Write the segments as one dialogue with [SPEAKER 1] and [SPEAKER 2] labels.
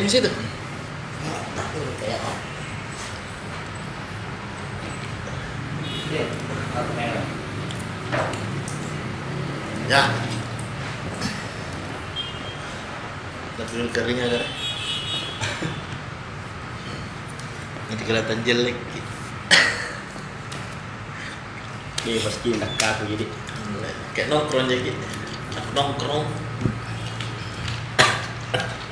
[SPEAKER 1] di situ?
[SPEAKER 2] Iya,
[SPEAKER 1] Ya. Tapi kering agar. Nanti kelihatan jelek. gitu.
[SPEAKER 3] Dia pasti nak kaku jadi.
[SPEAKER 1] Kayak nongkrong aja gitu. Nongkrong.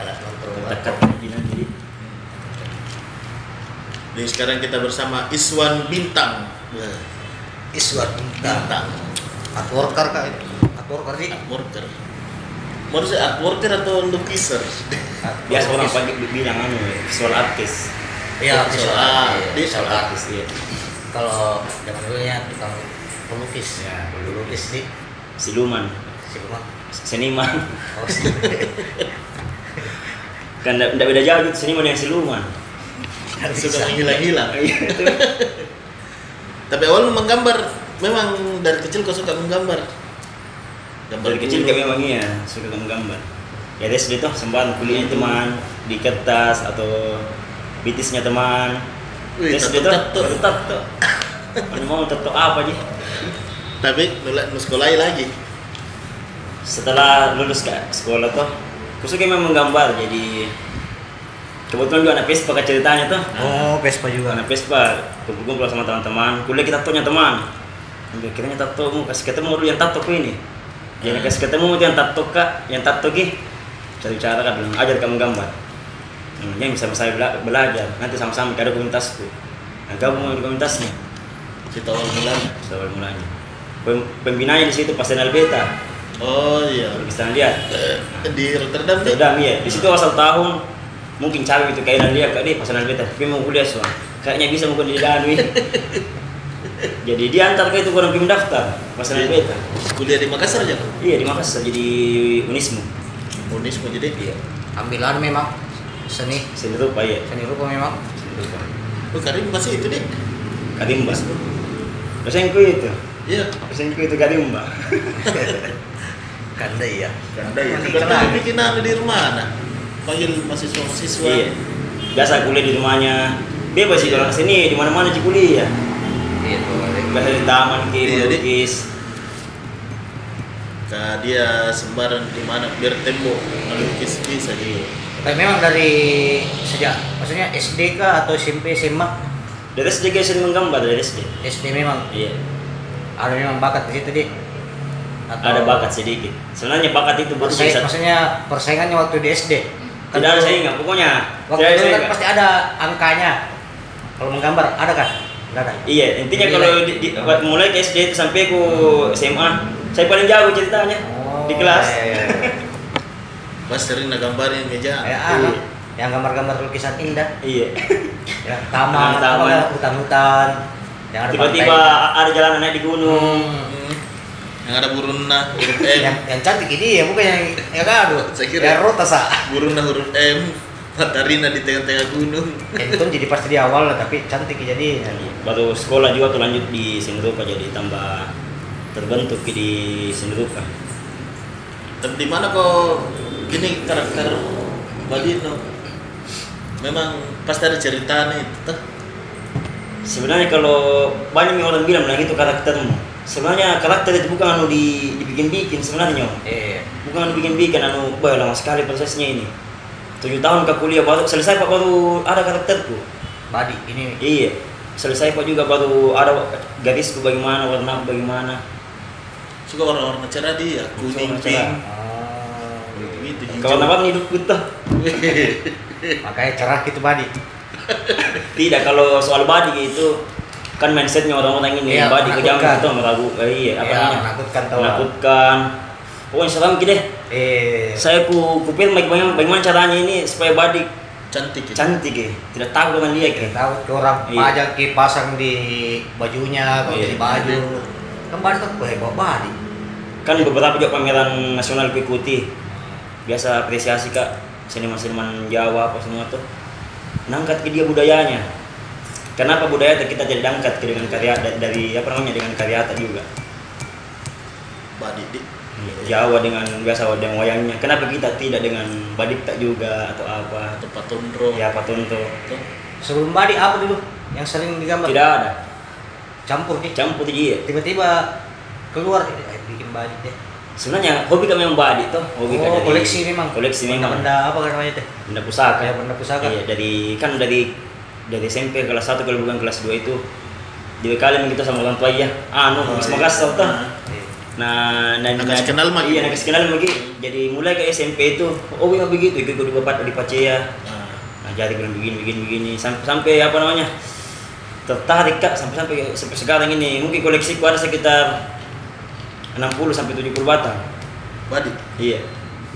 [SPEAKER 1] Alas nongkrong.
[SPEAKER 3] Dekat jinan jadi.
[SPEAKER 1] Jadi sekarang kita bersama Iswan Bintang.
[SPEAKER 2] Iswar Bintang
[SPEAKER 1] Bintang.
[SPEAKER 2] Art worker kah itu? Art worker sih?
[SPEAKER 1] Art worker. Menurut saya art worker atau lukiser?
[SPEAKER 2] Art
[SPEAKER 3] Biasa
[SPEAKER 2] worker.
[SPEAKER 3] orang panggil bilang anu, visual artist.
[SPEAKER 2] Iya,
[SPEAKER 1] Visual
[SPEAKER 2] visual
[SPEAKER 1] art.
[SPEAKER 2] art. Iya,
[SPEAKER 1] Visual
[SPEAKER 2] visual
[SPEAKER 1] art.
[SPEAKER 2] artist, iya. Kalau zaman dulunya tukang pelukis
[SPEAKER 3] Ya,
[SPEAKER 2] Pelukis sih,
[SPEAKER 3] siluman,
[SPEAKER 2] si Bumang
[SPEAKER 3] seniman.
[SPEAKER 2] Oh, sih.
[SPEAKER 3] Kan tidak beda jauh gitu seniman dengan siluman.
[SPEAKER 2] Kan
[SPEAKER 1] Suka
[SPEAKER 2] bisa.
[SPEAKER 1] menghilang-hilang.
[SPEAKER 3] Iya, itu.
[SPEAKER 1] Tapi awal lu menggambar, memang dari kecil kau suka menggambar. Gambar
[SPEAKER 3] Dari kecil
[SPEAKER 1] dulu.
[SPEAKER 3] kami memang iya suka menggambar. Ya dari sudah tuh sembahan kuliahnya teman di kertas atau bitisnya teman.
[SPEAKER 1] Wih,
[SPEAKER 3] Dari sudah tuh
[SPEAKER 1] tato-tato.
[SPEAKER 3] tetap tuh. Mana mau tato apa sih?
[SPEAKER 1] Tapi nolak nu sekolah lagi.
[SPEAKER 3] Setelah lulus ke sekolah tuh, aku suka memang menggambar. Jadi kebetulan juga anak Vespa kan ceritanya tuh.
[SPEAKER 2] Oh, Vespa juga
[SPEAKER 3] Anak Vespa kumpul-kumpul sama teman-teman. Kuliah kita tatonya teman. Ambil kiranya tato mau kasih ketemu dulu yang tato ku ini. Dia nak kasih ketemu tu yang tato kak, yang tato ki. Cari cara kak bilang ajar kamu gambar. Hmm, yang bisa saya bela- belajar nanti sama-sama kita ada komunitasku. Nah, gabung dengan komunitasnya.
[SPEAKER 1] Kita awal mulai.
[SPEAKER 3] Sudah awal mulanya. Pem pembinanya di situ pas Denal Beta.
[SPEAKER 1] Oh iya.
[SPEAKER 3] Kalau kita lihat,
[SPEAKER 1] Eh, Di Rotterdam deh.
[SPEAKER 3] Rotterdam ya. Di situ awal satu tahun mungkin cari itu kainan dia kak dia pas Denal Beta. Tapi mau kuliah soal. Kayaknya bisa mungkin di Danwi. Jadi dia antar ke itu kurang pergi mendaftar pas
[SPEAKER 1] Iya.
[SPEAKER 3] Denal Beta.
[SPEAKER 1] Kuliah di Makassar aja.
[SPEAKER 3] Iya di Makassar jadi Unismu.
[SPEAKER 1] Unis mau jadi.
[SPEAKER 3] Iya.
[SPEAKER 2] Ambilan anu, memang Seni
[SPEAKER 3] Seni rupa iya.
[SPEAKER 2] Seni rupa memang
[SPEAKER 3] Seni rupa.
[SPEAKER 1] Lu Oh, karim masih itu deh.
[SPEAKER 3] Kadimba. Pesengku itu.
[SPEAKER 1] Iya.
[SPEAKER 3] Pesengku itu Kadimba.
[SPEAKER 2] Kanda iya
[SPEAKER 1] Ganda ya.
[SPEAKER 2] Masih
[SPEAKER 1] Karena
[SPEAKER 2] kenal.
[SPEAKER 1] bikin anu di rumah anak. Panggil mahasiswa-mahasiswa.
[SPEAKER 3] Iya. Biasa kuliah di rumahnya. Bebas sih kalau sini di mana-mana sih kuliah.
[SPEAKER 2] Iya, tuh, ada yang-
[SPEAKER 3] Biasa di taman
[SPEAKER 1] Iya,
[SPEAKER 3] ki,
[SPEAKER 1] Dik.
[SPEAKER 3] melukis.
[SPEAKER 1] Nah, dia sembarang di mana biar tembok melukis bisa gitu.
[SPEAKER 2] Tapi memang dari sejak Maksudnya SD kah atau SMP, SMA
[SPEAKER 3] Dari SD guys sering menggambar dari SD.
[SPEAKER 2] SD memang
[SPEAKER 3] Iya.
[SPEAKER 2] Ada memang bakat di situ, Dik Atau-
[SPEAKER 1] Oh.
[SPEAKER 3] Ada bakat sedikit. Sebenarnya bakat itu baru
[SPEAKER 2] Persaing,
[SPEAKER 3] bisa.
[SPEAKER 2] maksudnya persaingannya waktu di SD. Kan
[SPEAKER 3] Tidak ada
[SPEAKER 2] dulu-
[SPEAKER 3] saingan pokoknya.
[SPEAKER 2] Waktu
[SPEAKER 3] Tidak ada
[SPEAKER 2] itu kan
[SPEAKER 3] saingan.
[SPEAKER 2] pasti ada angkanya. Kalau menggambar ada kan? Enggak ada.
[SPEAKER 3] Iya, intinya
[SPEAKER 2] Nilai.
[SPEAKER 3] kalau di, di- mulai ke SD itu sampai ku SMA, saya paling jago ceritanya di kelas.
[SPEAKER 2] Ya, ya,
[SPEAKER 1] Mas sering nak gambarin meja.
[SPEAKER 2] ya. Ya, anak yang gambar-gambar lukisan indah,
[SPEAKER 3] Iya.
[SPEAKER 2] ya, taman,
[SPEAKER 3] Taman-taman.
[SPEAKER 2] apa, hutan-hutan, yang ada
[SPEAKER 3] Tiba-tiba
[SPEAKER 2] pantai.
[SPEAKER 3] ada jalanan naik di gunung.
[SPEAKER 2] Hmm.
[SPEAKER 1] Hmm. Yang ada burung nah, huruf
[SPEAKER 2] yang,
[SPEAKER 1] M,
[SPEAKER 2] yang cantik ini ya bukan yang ya kan aduh
[SPEAKER 1] Saya kira.
[SPEAKER 2] ya rota sa
[SPEAKER 1] burung nah huruf M, Matarina di tengah-tengah gunung.
[SPEAKER 2] Ya, itu jadi pasti di awal lah tapi cantik jadi
[SPEAKER 3] Baru sekolah juga tuh lanjut di seni rupa jadi tambah terbentuk di seni rupa.
[SPEAKER 1] Tapi di mana kok gini karakter Balino? Memang pasti ada cerita nih, tetap.
[SPEAKER 3] Sebenarnya kalau banyak yang orang bilang bilang itu karaktermu. Sebenarnya karakter itu bukan anu di, dibikin-bikin sebenarnya.
[SPEAKER 2] eh
[SPEAKER 3] Bukan anu dibikin-bikin anu, bah lama sekali prosesnya ini. Tujuh tahun ke kuliah baru selesai pak baru ada karakterku.
[SPEAKER 2] body ini
[SPEAKER 3] Iya, selesai kok juga baru ada garisku bagaimana, warna aku bagaimana.
[SPEAKER 1] Suka warna-warna cerah dia, kuning,
[SPEAKER 3] Warna cerah.
[SPEAKER 1] pink,
[SPEAKER 2] oh,
[SPEAKER 1] gitu.
[SPEAKER 3] Kalau nampak hidupku tuh.
[SPEAKER 2] makanya cerah gitu body
[SPEAKER 3] Tidak, kalau soal body itu kan mindsetnya orang-orang ini
[SPEAKER 2] Iya,
[SPEAKER 3] body kejam
[SPEAKER 2] menakutkan.
[SPEAKER 3] itu meragu, eh, iya apa
[SPEAKER 2] ya,
[SPEAKER 3] namanya?
[SPEAKER 2] menakutkan tau
[SPEAKER 3] Menakutkan. Pokoknya salam gede.
[SPEAKER 2] eh
[SPEAKER 3] Saya ku kupir bagaimana, bagaimana caranya ini supaya body
[SPEAKER 1] Cantik ya.
[SPEAKER 3] cantik ya, tidak takut dengan dia
[SPEAKER 2] kita
[SPEAKER 3] ya.
[SPEAKER 2] tahu tuh orang
[SPEAKER 3] Iya.
[SPEAKER 2] pajak ki pasang di bajunya kalau
[SPEAKER 3] Iya.
[SPEAKER 2] di baju kan baju kan gue bawa body
[SPEAKER 3] Kan beberapa juga pameran nasional ku ikuti. Biasa apresiasi kak seniman-seniman Jawa apa semua tuh. Nangkat ke dia budayanya. Kenapa budaya itu kita jadi angkat ke dengan karya da- dari apa namanya dengan karya tak juga.
[SPEAKER 1] Badi, di.
[SPEAKER 3] Jawa dengan biasa dengan wayangnya. Kenapa kita tidak dengan badikta juga atau apa?
[SPEAKER 1] atau patundro
[SPEAKER 3] Ya patunto.
[SPEAKER 1] Tuh.
[SPEAKER 2] Sebelum badi apa dulu yang sering digambar?
[SPEAKER 3] Tidak ada.
[SPEAKER 2] Campur nih.
[SPEAKER 3] Campur iya.
[SPEAKER 2] Tiba-tiba keluar eh, bikin badi deh.
[SPEAKER 3] Sebenarnya hobi kami yang badik toh.
[SPEAKER 2] Oh,
[SPEAKER 3] Hobi kami dari-
[SPEAKER 2] koleksi memang.
[SPEAKER 3] Koleksi memang.
[SPEAKER 2] Benda apa kan namanya teh?
[SPEAKER 3] Benda pusaka.
[SPEAKER 2] Kayak benda pusaka.
[SPEAKER 3] Iya, dari kan dari dari SMP kelas 1 kalau bukan kelas 2 itu dibekali kita sama orang tua ya. Anu,
[SPEAKER 1] Oh,
[SPEAKER 3] habis
[SPEAKER 1] iya.
[SPEAKER 3] makasih toh.
[SPEAKER 1] Nah.
[SPEAKER 2] Iya.
[SPEAKER 3] Nah, nah,
[SPEAKER 1] Nakas
[SPEAKER 3] nah-
[SPEAKER 1] kenal mah. gitu.
[SPEAKER 3] Iya, nakas kenal lagi. Jadi mulai ke SMP itu, oh iya begitu, ikut di bapak di Pacea.
[SPEAKER 1] Nah,
[SPEAKER 3] Nah, jadi bilang begini begini begini sampai, sampai apa namanya? Tertarik Kak sampai sampai sampai sekarang ini. Mungkin koleksiku ada sekitar 60 sampai 70 batang.
[SPEAKER 1] badi
[SPEAKER 3] Iya.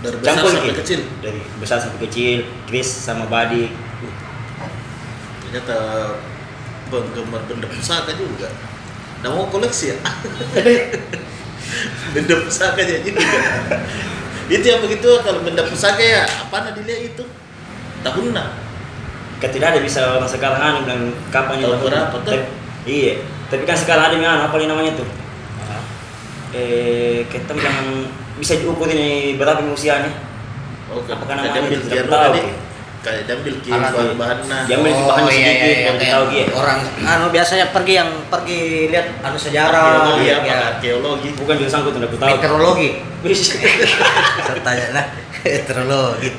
[SPEAKER 1] dari besar
[SPEAKER 3] Campur
[SPEAKER 1] sampai
[SPEAKER 3] gitu.
[SPEAKER 1] kecil
[SPEAKER 3] Dari besar sampai kecil, Chris sama Badi.
[SPEAKER 1] ternyata penggemar benda pusaka juga udah mau koleksi ya benda pusaka aja juga itu yang begitu kalau benda pusaka ya apa nah dilihat itu tahunna
[SPEAKER 3] Kan tidak ada bisa orang sekarang anu bilang kapan
[SPEAKER 1] Tahun
[SPEAKER 3] lahir.
[SPEAKER 1] berapa tuh?
[SPEAKER 3] Tapi- Iya. Tapi kan sekarang ada yang anu, apa namanya tuh? eh kita yang bisa diukur ini berapa usianya
[SPEAKER 1] oke
[SPEAKER 3] Apa kan
[SPEAKER 1] kayak
[SPEAKER 3] namanya?
[SPEAKER 1] diambil
[SPEAKER 3] Tidak
[SPEAKER 1] kian
[SPEAKER 3] tahu.
[SPEAKER 1] tadi kayak diambil nah, kian
[SPEAKER 2] Alat,
[SPEAKER 1] bahan
[SPEAKER 3] iya.
[SPEAKER 1] bahannya
[SPEAKER 3] Dia ambil di
[SPEAKER 2] Oh,
[SPEAKER 3] bahannya sedikit, baru
[SPEAKER 2] iya, kayak
[SPEAKER 3] ditahu dia.
[SPEAKER 2] Orang anu biasanya pergi yang pergi lihat anu
[SPEAKER 3] Iya,
[SPEAKER 2] sejarah,
[SPEAKER 1] arkeologi
[SPEAKER 2] ya,
[SPEAKER 1] apa arkeologi
[SPEAKER 3] bukan jurusan aku tuh aku tahu
[SPEAKER 2] meteorologi.
[SPEAKER 3] Wis.
[SPEAKER 2] Saya tanya nah, meteorologi.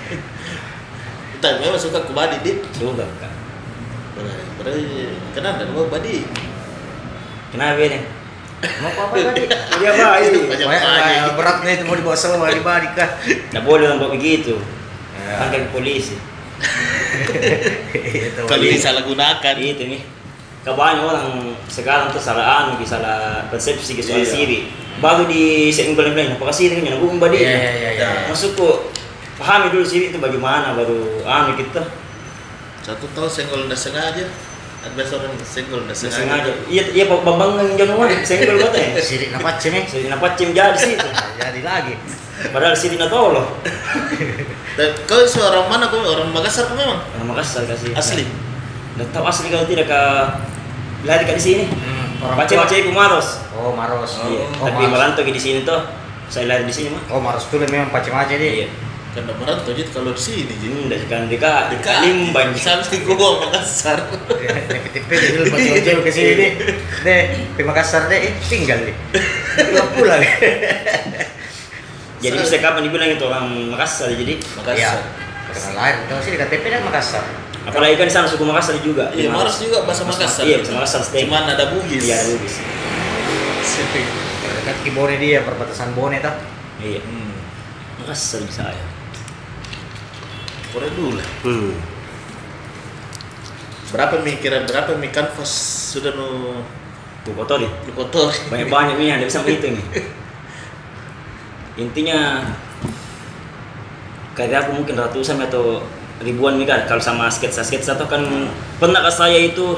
[SPEAKER 1] kita memang suka ke Bali dit
[SPEAKER 3] Sudah, bukan.
[SPEAKER 1] Berarti- berarti kenapa dan gua Bali
[SPEAKER 3] Kenapa ini?
[SPEAKER 2] Mau apa tadi?
[SPEAKER 3] Dia baik.
[SPEAKER 1] Banyak
[SPEAKER 2] Banyak
[SPEAKER 1] banyak.
[SPEAKER 2] banyak berat nih itu mau dibawa sama di badi kah?
[SPEAKER 3] Tidak boleh orang buat begitu.
[SPEAKER 1] Ya.
[SPEAKER 3] Panggil polisi.
[SPEAKER 2] Itu.
[SPEAKER 1] kalau disalahgunakan
[SPEAKER 3] Itu nih. Kebanyakan orang sekarang tuh salah anu, salah persepsi ke soal
[SPEAKER 1] Iya.
[SPEAKER 3] siri. Baru di setting bulan bulan, apa kasih dengan aku kembali.
[SPEAKER 2] Iya iya iya, iya.
[SPEAKER 3] Masuk kok pahami dulu siri itu bagaimana baru anu kita
[SPEAKER 1] satu tahun senggol udah sengaja ada biasa orang senggol udah sengaja,
[SPEAKER 3] sengaja. Iya iya babang yang januar senggol kata.
[SPEAKER 2] Sirik napa cem ya?
[SPEAKER 3] Siri napa cim jadi sih.
[SPEAKER 2] Jadi lagi.
[SPEAKER 3] Padahal siri nggak tahu loh.
[SPEAKER 1] dan kau seorang mana kau orang Makassar kau memang
[SPEAKER 3] Terima kasih kasih.
[SPEAKER 1] asli
[SPEAKER 3] Nggak tahu asli kalau tidak ke lari ke di sini.
[SPEAKER 2] Hmm, orang
[SPEAKER 3] Pace
[SPEAKER 2] tua.
[SPEAKER 3] pace kumaros.
[SPEAKER 2] Oh, Maros.
[SPEAKER 3] Iya,
[SPEAKER 2] Oh,
[SPEAKER 3] tapi
[SPEAKER 2] Maros.
[SPEAKER 3] merantau di sini tuh. Saya lahir di sini mah.
[SPEAKER 2] Oh, Maros tuh memang pacem aja dia.
[SPEAKER 3] Iya.
[SPEAKER 1] kan lebaran tuh jadi kalau di sini jadi
[SPEAKER 3] Hmm, dari kan dekat, dekat limbang.
[SPEAKER 1] sampai gua Makassar
[SPEAKER 2] Tipe-tipe dulu pacem aja ke sini deh. Deh, terima kasih deh. Eh, tinggal deh. Pulang pulang.
[SPEAKER 3] Jadi bisa kapan dibilang itu orang Makassar jadi.
[SPEAKER 2] Iya.
[SPEAKER 1] Makassar
[SPEAKER 2] Karena lain, kalau sini KTP dan Makassar.
[SPEAKER 3] Apalagi kan di sana suku Makassar juga.
[SPEAKER 1] iya Maros juga bahasa Makassar
[SPEAKER 3] Iya, bahasa Makassar stay.
[SPEAKER 1] cuman ada bugis
[SPEAKER 3] Iya, ada Bugis.
[SPEAKER 1] Sipik.
[SPEAKER 2] Dekat Kibone dia, perbatasan Bone tah.
[SPEAKER 3] Iya.
[SPEAKER 1] Hmm.
[SPEAKER 3] Makassar bisa ya.
[SPEAKER 1] Kurang dulu lah.
[SPEAKER 3] Hmm.
[SPEAKER 1] berapa mi kira berapa mi kanvas sudah nu
[SPEAKER 3] Tuh kotor ya.
[SPEAKER 1] dikotori
[SPEAKER 3] Banyak-banyak nih, ada bisa menghitung nih. Intinya karya aku mungkin ratusan atau ribuan nih kan kalau sama sketsa-sketsa tuh kan pernah ke saya itu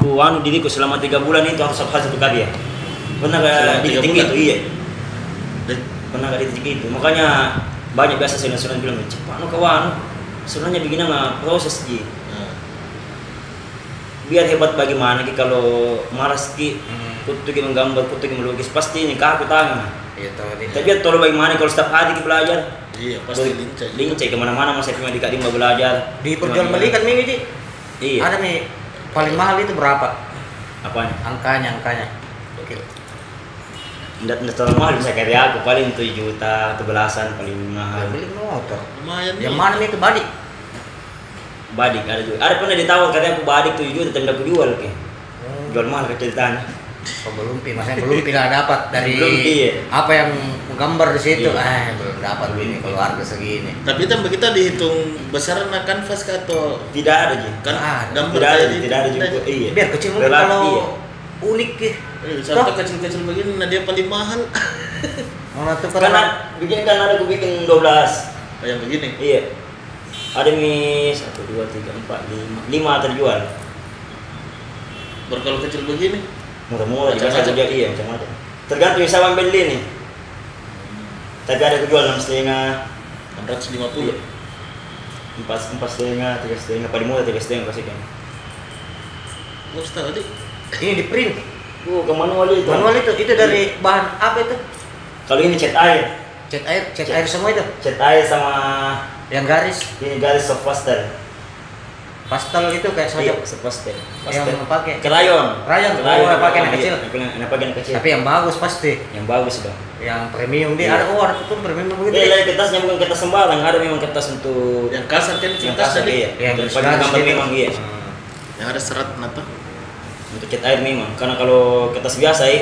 [SPEAKER 3] ku anu diriku selama tiga bulan itu harus hafal satu karya pernah
[SPEAKER 1] Selama
[SPEAKER 3] gak di
[SPEAKER 1] tiga
[SPEAKER 3] titik
[SPEAKER 1] bulan?
[SPEAKER 3] itu iya
[SPEAKER 1] Dan
[SPEAKER 3] pernah gak di titik itu makanya banyak biasa saya nasional bilang cepat no kawan anu, sebenarnya begini mah proses ji
[SPEAKER 1] nah,
[SPEAKER 3] biar hebat bagaimana ki kalau malas ki
[SPEAKER 2] Hmm.
[SPEAKER 3] kutu ki menggambar kutu ki melukis pasti ini kaku tangan
[SPEAKER 2] Iya tahu
[SPEAKER 3] tapi ya tolong bagaimana kalau setiap hari ki belajar
[SPEAKER 1] iya pasti lincah
[SPEAKER 3] lincah kemana-mana masa cuma di kak Dima belajar
[SPEAKER 2] Di perjualbelikan mini di.
[SPEAKER 3] iya
[SPEAKER 2] Ada nih paling mahal itu berapa?
[SPEAKER 3] apanya
[SPEAKER 2] Angkanya, angkanya. Oke.
[SPEAKER 3] Nggak, nggak terlalu mahal bisa karya aku paling 7 juta atau belasan paling mahal
[SPEAKER 2] Beli motor.
[SPEAKER 1] lumayan
[SPEAKER 2] Yang mana nih itu balik?
[SPEAKER 3] badik ada juga ada pernah ditawar karya aku badik 7 juta tapi nggak aku jual ke jual mahal ke ceritanya
[SPEAKER 2] Oh, belum pi, maksudnya belum tidak dapat dari
[SPEAKER 3] Belum pi, ya.
[SPEAKER 2] apa yang gambar di situ.
[SPEAKER 3] Iya.
[SPEAKER 2] Ah, belum dapat
[SPEAKER 3] Belum
[SPEAKER 2] ini
[SPEAKER 3] pi.
[SPEAKER 2] kalau harga segini.
[SPEAKER 1] tapi tambah kita dihitung besaran nah kanvas kah atau
[SPEAKER 3] tidak ada ji
[SPEAKER 1] kan
[SPEAKER 2] Ah,
[SPEAKER 1] gambar
[SPEAKER 3] tidak ada
[SPEAKER 1] tadi
[SPEAKER 3] tidak ada juga
[SPEAKER 1] Eh,
[SPEAKER 3] iya
[SPEAKER 2] Biar kecil mungkin
[SPEAKER 3] Relatif,
[SPEAKER 2] kalau
[SPEAKER 3] iya.
[SPEAKER 2] unik ya.
[SPEAKER 1] satu
[SPEAKER 2] Toh,
[SPEAKER 1] kecil-kecil begini nah dia paling mahal
[SPEAKER 2] mau nanti
[SPEAKER 3] karena
[SPEAKER 2] karena
[SPEAKER 3] begini kan ada aku bikin 12
[SPEAKER 1] oh, yang begini
[SPEAKER 3] iya ada nih 1, 2, 3, 4, 5 5 terjual
[SPEAKER 1] baru kalau kecil begini
[SPEAKER 3] murah-murah juga
[SPEAKER 1] Macam-macam.
[SPEAKER 3] saya jual iya macam-macam tergantung siapa yang beli nih tapi ada aku jual 6 setengah
[SPEAKER 1] 650
[SPEAKER 3] Iya. empat empat setengah tiga setengah paling murah tiga setengah kasih kan
[SPEAKER 1] Bos tadi
[SPEAKER 2] ini di print. Oh,
[SPEAKER 3] uh ke manual
[SPEAKER 2] Iya.
[SPEAKER 3] itu Iya.
[SPEAKER 2] Manual itu itu dari bahan apa itu?
[SPEAKER 3] Kalau ini cat air,
[SPEAKER 2] Cat air, cat air semua itu.
[SPEAKER 3] cat air sama
[SPEAKER 2] Yang garis,
[SPEAKER 3] ini garis soft pastel.
[SPEAKER 2] pastel itu kayak
[SPEAKER 3] Iya,
[SPEAKER 2] semacam
[SPEAKER 3] soft pastel.
[SPEAKER 2] yang
[SPEAKER 3] Pastel.
[SPEAKER 2] pakai.
[SPEAKER 3] Krayon.
[SPEAKER 2] Krayon, oh, yang pakai anak kecil.
[SPEAKER 3] Yang pakai anak- anak pakai anak kecil.
[SPEAKER 2] Tapi yang bagus pasti,
[SPEAKER 3] Yang bagus dong.
[SPEAKER 2] yang premium dia
[SPEAKER 3] Iya.
[SPEAKER 2] ada oh, ada tuh premium
[SPEAKER 3] Dia
[SPEAKER 2] begitu.
[SPEAKER 3] dari kertasnya bukan kertas sembarang, ada memang kertas untuk
[SPEAKER 1] Yang kasar kan
[SPEAKER 3] yang
[SPEAKER 1] cerita
[SPEAKER 3] kasar
[SPEAKER 1] tadi.
[SPEAKER 3] iya.
[SPEAKER 2] Yang
[SPEAKER 3] Yang
[SPEAKER 2] garis
[SPEAKER 3] paling
[SPEAKER 2] garis
[SPEAKER 3] gambar
[SPEAKER 2] gitu.
[SPEAKER 3] memang iya.
[SPEAKER 1] Yang ada serat kenapa?
[SPEAKER 3] Untuk cat air memang. Karena kalau kertas biasa ya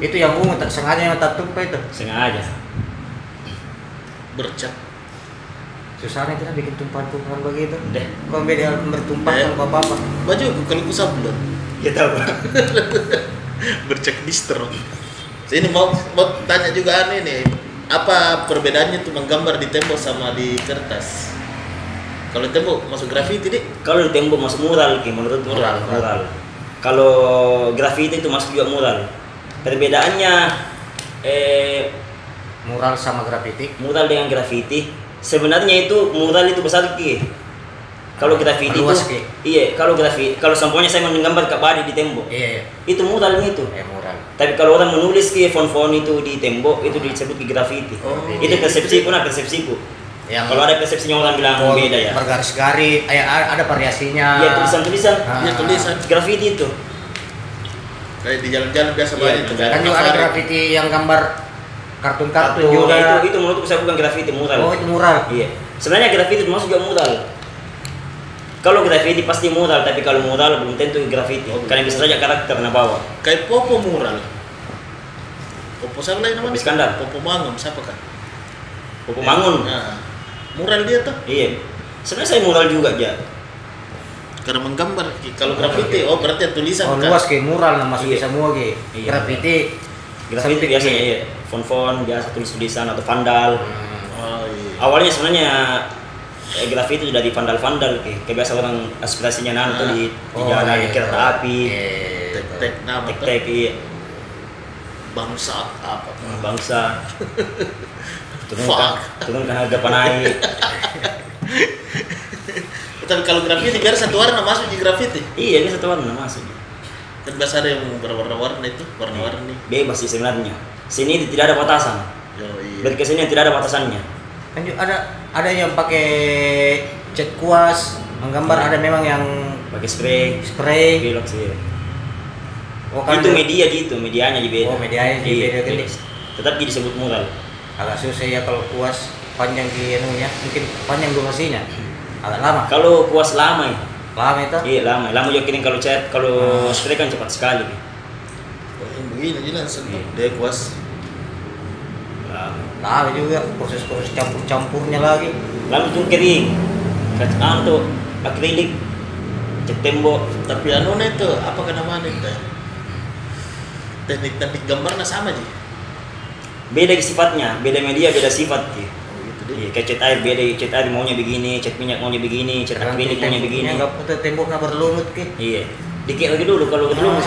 [SPEAKER 2] Itu yang ungu tak sengaja yang tak tumpah itu.
[SPEAKER 3] sengaja.
[SPEAKER 1] Bercak.
[SPEAKER 2] Susahnya kita bikin tumpahan-tumpahan begitu.
[SPEAKER 3] Udah.
[SPEAKER 2] Kok beda bertumpah
[SPEAKER 1] Eh.
[SPEAKER 2] kalau apa-apa.
[SPEAKER 1] Baju aku kalau ku sablon
[SPEAKER 3] Ya tahu. Bang.
[SPEAKER 1] bercak distro. Ini mau mau tanya juga aneh nih. Apa perbedaannya tuh menggambar di tembok sama di kertas? Kalau tembok masuk grafiti deh.
[SPEAKER 3] Kalau di tembok masuk mural, Ki, menurut
[SPEAKER 1] Mural.
[SPEAKER 3] mural. Kalau grafiti itu masuk juga mural. Perbedaannya eh,
[SPEAKER 2] Mural sama grafiti.
[SPEAKER 3] mural dengan grafiti sebenarnya itu mural itu besar ki. Kalau grafiti
[SPEAKER 2] Luas,
[SPEAKER 3] itu
[SPEAKER 2] Ki.
[SPEAKER 3] iya kalau grafiti kalau samponya saya menggambar kabari di tembok
[SPEAKER 2] Iya, iya.
[SPEAKER 3] itu mural itu.
[SPEAKER 2] Eh, mural.
[SPEAKER 3] Tapi kalau orang menulis ki font-font itu di tembok itu disebut ki grafiti.
[SPEAKER 1] Oh.
[SPEAKER 3] Itu persepsiku nah persepsiku.
[SPEAKER 2] Yang
[SPEAKER 3] Kalau ada persepsinya orang bilang
[SPEAKER 2] Oh,
[SPEAKER 3] beda ya.
[SPEAKER 2] Bergaris-garis, eh, a- ada variasinya.
[SPEAKER 3] Iya tulisan-tulisan
[SPEAKER 2] Ah.
[SPEAKER 1] Iya tulisan
[SPEAKER 3] grafiti itu.
[SPEAKER 1] kayak di jalan-jalan biasa
[SPEAKER 3] Iya,
[SPEAKER 1] banget itu
[SPEAKER 3] jalan.
[SPEAKER 2] Kan juga ada
[SPEAKER 1] Safari.
[SPEAKER 2] grafiti yang gambar kartun-kartun
[SPEAKER 3] Kartu,
[SPEAKER 2] juga.
[SPEAKER 3] Itu, gitu. itu menurut saya bukan grafiti mural.
[SPEAKER 2] Oh, itu mural.
[SPEAKER 3] Iya. Sebenarnya grafiti termasuk juga mural. Kalau grafiti pasti mural, tapi kalau mural belum tentu grafiti.
[SPEAKER 1] Oh,
[SPEAKER 3] Karena bisa saja karakter kena bawa.
[SPEAKER 1] Kayak popo mural. Popo siapa lagi namanya?
[SPEAKER 3] Popo Iskandar.
[SPEAKER 1] Popo Mangum siapa kah?
[SPEAKER 3] Pokok bangun.
[SPEAKER 1] Nah, mural dia tuh
[SPEAKER 3] Iya. Sebenarnya saya mural juga ya.
[SPEAKER 1] karena menggambar. Kalau grafiti oh berarti tulisan
[SPEAKER 2] Oh,
[SPEAKER 1] kan?
[SPEAKER 2] luas kayak mural nah masuk
[SPEAKER 3] Iya.
[SPEAKER 2] semua kayak.
[SPEAKER 3] Iya.
[SPEAKER 2] Grafiti.
[SPEAKER 3] Grafiti
[SPEAKER 2] Sempit,
[SPEAKER 3] biasanya
[SPEAKER 2] iya.
[SPEAKER 3] iya. Font-font biasa tulis-tulisan atau vandal.
[SPEAKER 2] Hmm.
[SPEAKER 1] Oh, iya.
[SPEAKER 3] Awalnya sebenarnya eh, grafiti itu dari vandal-vandal kayak kayak biasa orang aspirasinya nanti di, di jalan di
[SPEAKER 2] iya.
[SPEAKER 3] kereta api
[SPEAKER 2] Iya.
[SPEAKER 1] Tek-tek nama tuh.
[SPEAKER 3] tek-tek iya.
[SPEAKER 1] bangsa apa?
[SPEAKER 3] bangsa
[SPEAKER 1] Fuck.
[SPEAKER 3] turunkan turunkan harga panai
[SPEAKER 1] Tapi kalau grafiti biar satu warna masuk di grafiti.
[SPEAKER 3] iya ini satu warna masuk
[SPEAKER 1] Kan biasa ada yang berwarna-warna itu, warna-warni.
[SPEAKER 3] bebas sih sebenarnya sini tidak ada batasan
[SPEAKER 1] Yo, iya.
[SPEAKER 3] berarti sini tidak ada batasannya
[SPEAKER 2] Kan juga ada ada yang pakai cat kuas, menggambar
[SPEAKER 3] Iya.
[SPEAKER 2] ada memang yang
[SPEAKER 3] pakai spray
[SPEAKER 2] spray.
[SPEAKER 3] belok sih
[SPEAKER 2] Oh,
[SPEAKER 3] itu media di itu medianya di beda
[SPEAKER 2] Oh, medianya di beda
[SPEAKER 3] Iya,
[SPEAKER 2] kan,
[SPEAKER 3] beda. tetap dia disebut mural
[SPEAKER 2] agak susah ya kalau kuas panjang di anunya, mungkin panjang durasinya. Agak lama.
[SPEAKER 3] kalau kuas lama ya
[SPEAKER 2] Paham itu?
[SPEAKER 3] iya lama lama juga kini kalau cat kalau
[SPEAKER 2] Ah.
[SPEAKER 3] spray kan cepat sekali
[SPEAKER 1] Oh, yang begini dia langsung tuh. Dia kuas.
[SPEAKER 3] lama
[SPEAKER 2] Tahu juga proses-proses campur-campurnya lagi.
[SPEAKER 3] lalu itu kering cat anto akrilik cat tembok
[SPEAKER 1] Tapi anu nih tuh, apa kan namanya itu? Teknik-teknik gambarnya sama aja.
[SPEAKER 3] beda sifatnya beda media beda sifat
[SPEAKER 1] Oh,
[SPEAKER 3] gitu
[SPEAKER 1] gitu deh.
[SPEAKER 3] Iya, kayak cat air beda, cat air maunya begini, cat minyak maunya begini, cat akrilik maunya begini.
[SPEAKER 2] Enggak putih temboknya berlumut ki.
[SPEAKER 3] Iya. Dikit lagi dulu kalau belum.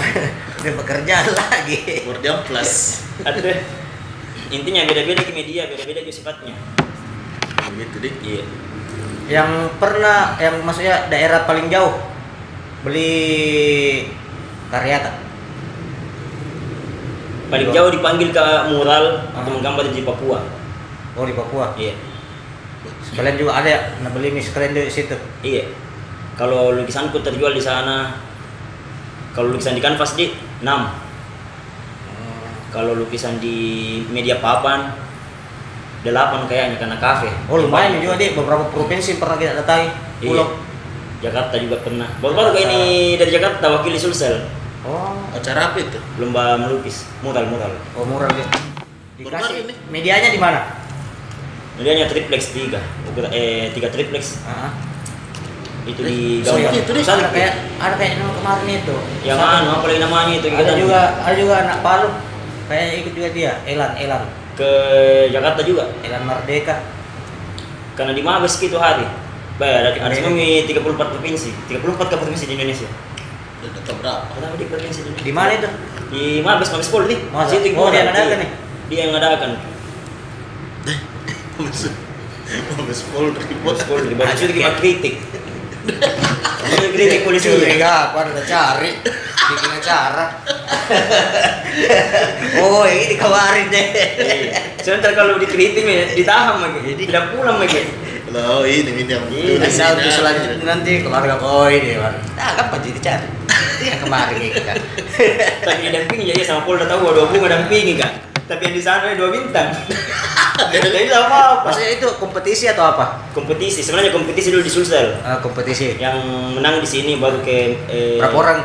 [SPEAKER 2] Dia bekerja lagi.
[SPEAKER 1] Bordiam plus.
[SPEAKER 2] Ah.
[SPEAKER 3] Ada. Intinya beda-beda ke media, beda-beda ke sifatnya.
[SPEAKER 1] Oh, gitu deh.
[SPEAKER 3] Iya.
[SPEAKER 2] Yang pernah yang maksudnya daerah paling jauh beli karya tak?
[SPEAKER 3] Paling
[SPEAKER 2] Iya.
[SPEAKER 3] jauh dipanggil ke mural
[SPEAKER 2] Ah.
[SPEAKER 3] atau menggambar di Papua.
[SPEAKER 2] Oh di Papua.
[SPEAKER 3] Iya.
[SPEAKER 2] Sekalian juga ada ya, nah beli mie sekalian dari situ.
[SPEAKER 3] Iya. Kalau lukisanku terjual di sana. Kalau lukisan di kanvas di 6. Kalau lukisan di media papan 8 kayaknya karena kafe.
[SPEAKER 2] Oh lumayan juga deh beberapa provinsi pernah kita datangi.
[SPEAKER 3] Iya.
[SPEAKER 2] Pulau.
[SPEAKER 3] Jakarta juga pernah. Baru-baru kayak ini dari Jakarta wakili Sulsel
[SPEAKER 2] Oh,
[SPEAKER 1] Acara apa itu?
[SPEAKER 3] lomba melukis mural mural.
[SPEAKER 2] oh murah dia.
[SPEAKER 1] Berbaru
[SPEAKER 2] Dikasih
[SPEAKER 1] ini.
[SPEAKER 2] medianya di mana?
[SPEAKER 3] Medianya triplex tiga, Ukur- eh tiga triplex
[SPEAKER 2] Heeh.
[SPEAKER 3] itu
[SPEAKER 1] Eh,
[SPEAKER 3] di
[SPEAKER 1] sorry,
[SPEAKER 3] gambar.
[SPEAKER 1] itu deh.
[SPEAKER 3] Satu,
[SPEAKER 2] Ada kayak ada kayak yang kemarin itu.
[SPEAKER 3] yang
[SPEAKER 2] Satu.
[SPEAKER 3] anu apa lagi namanya itu
[SPEAKER 2] Ada
[SPEAKER 3] kita
[SPEAKER 2] juga ada juga anak Palu. Kayaknya ikut juga dia, Elan, Elan,
[SPEAKER 3] ke Jakarta juga
[SPEAKER 2] Elan Merdeka.
[SPEAKER 3] karena di Mabes gitu hari. Baik, ada ada
[SPEAKER 2] Iya.
[SPEAKER 3] semua 34 provinsi, 34 provinsi di Indonesia.
[SPEAKER 1] Udah data berapa?
[SPEAKER 3] Kenapa di provinsi di Indonesia?
[SPEAKER 2] Di mana itu?
[SPEAKER 3] Di Mabes Mabes Polri.
[SPEAKER 2] Masa?
[SPEAKER 3] Situ
[SPEAKER 2] Oh, dia
[SPEAKER 3] mural,
[SPEAKER 2] yang ngadakan
[SPEAKER 3] iya.
[SPEAKER 2] nih?
[SPEAKER 3] Dia yang ngadakan.
[SPEAKER 1] Maksud- Mabes Polri.
[SPEAKER 3] Mabes Polri, baru
[SPEAKER 2] Anjir,
[SPEAKER 3] kita
[SPEAKER 2] kayak-
[SPEAKER 3] kritik. Kritik polisi.
[SPEAKER 2] Iya. enggak, aku ada cari. bikin acara oh ini dikawarin deh
[SPEAKER 3] Iya. Sebentar kalau dikritik ya, ditahan lagi, tidak pulang lagi.
[SPEAKER 1] Loh ini ini yang
[SPEAKER 2] ini
[SPEAKER 1] di
[SPEAKER 2] bisa
[SPEAKER 1] sini,
[SPEAKER 2] untuk
[SPEAKER 1] ah.
[SPEAKER 2] selanjutnya nanti keluarga kau ini kan nah kan jadi cari ya kemarin ini kan
[SPEAKER 3] Tapi dampingi aja iya, sama Polda tahu dua bunga dampingi kan. Tapi yang di sana ada dua bintang. Jadi sama apa?
[SPEAKER 2] maksudnya itu kompetisi atau apa
[SPEAKER 3] Kompetisi, sebenarnya kompetisi dulu di Sulsel.
[SPEAKER 2] Eh, kompetisi
[SPEAKER 3] Yang menang di sini baru ke eh,
[SPEAKER 2] berapa orang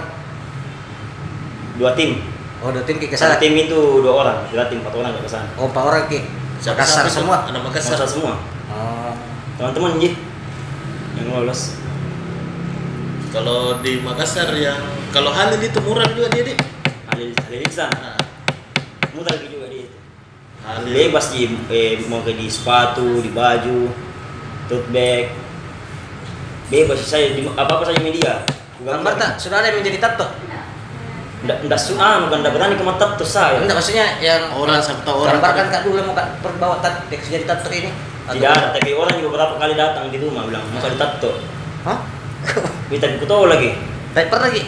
[SPEAKER 3] Dua tim.
[SPEAKER 2] oh dua tim ki ke sana
[SPEAKER 3] Satu tim itu dua orang, dua tim empat orang nggak kesana.
[SPEAKER 2] oh empat orang ki
[SPEAKER 1] Siapa- siapa
[SPEAKER 2] Makassar
[SPEAKER 1] itu?
[SPEAKER 2] semua
[SPEAKER 1] anak Makassar
[SPEAKER 3] Masa semua,
[SPEAKER 2] oh
[SPEAKER 3] Ah. teman-teman Ji, yang lolos.
[SPEAKER 1] kalau di Makassar yang kalau Halil itu murah juga dia Dik.
[SPEAKER 3] Ada ada di sana,
[SPEAKER 1] Nah,
[SPEAKER 3] mutar lagi juga dia.
[SPEAKER 1] Halil
[SPEAKER 3] Bebas di eh, mau ke di sepatu, di baju, tote bag. Bebas saya di apa apa saja media.
[SPEAKER 2] gambar tak sudah ada yang menjadi tato
[SPEAKER 3] Nggak nggak su ah bukan nggak berani ke tato saya.
[SPEAKER 2] enggak maksudnya yang
[SPEAKER 3] Oh,
[SPEAKER 1] orang serta orang
[SPEAKER 2] gambarkan kak dulu mau kak perbawa tato yang jadi tato ini Atau-
[SPEAKER 3] Tidak ada, tapi orang juga beberapa kali datang di rumah bilang mau di tato.
[SPEAKER 2] hah
[SPEAKER 3] Kita aku tahu lagi.
[SPEAKER 2] tak pernah ki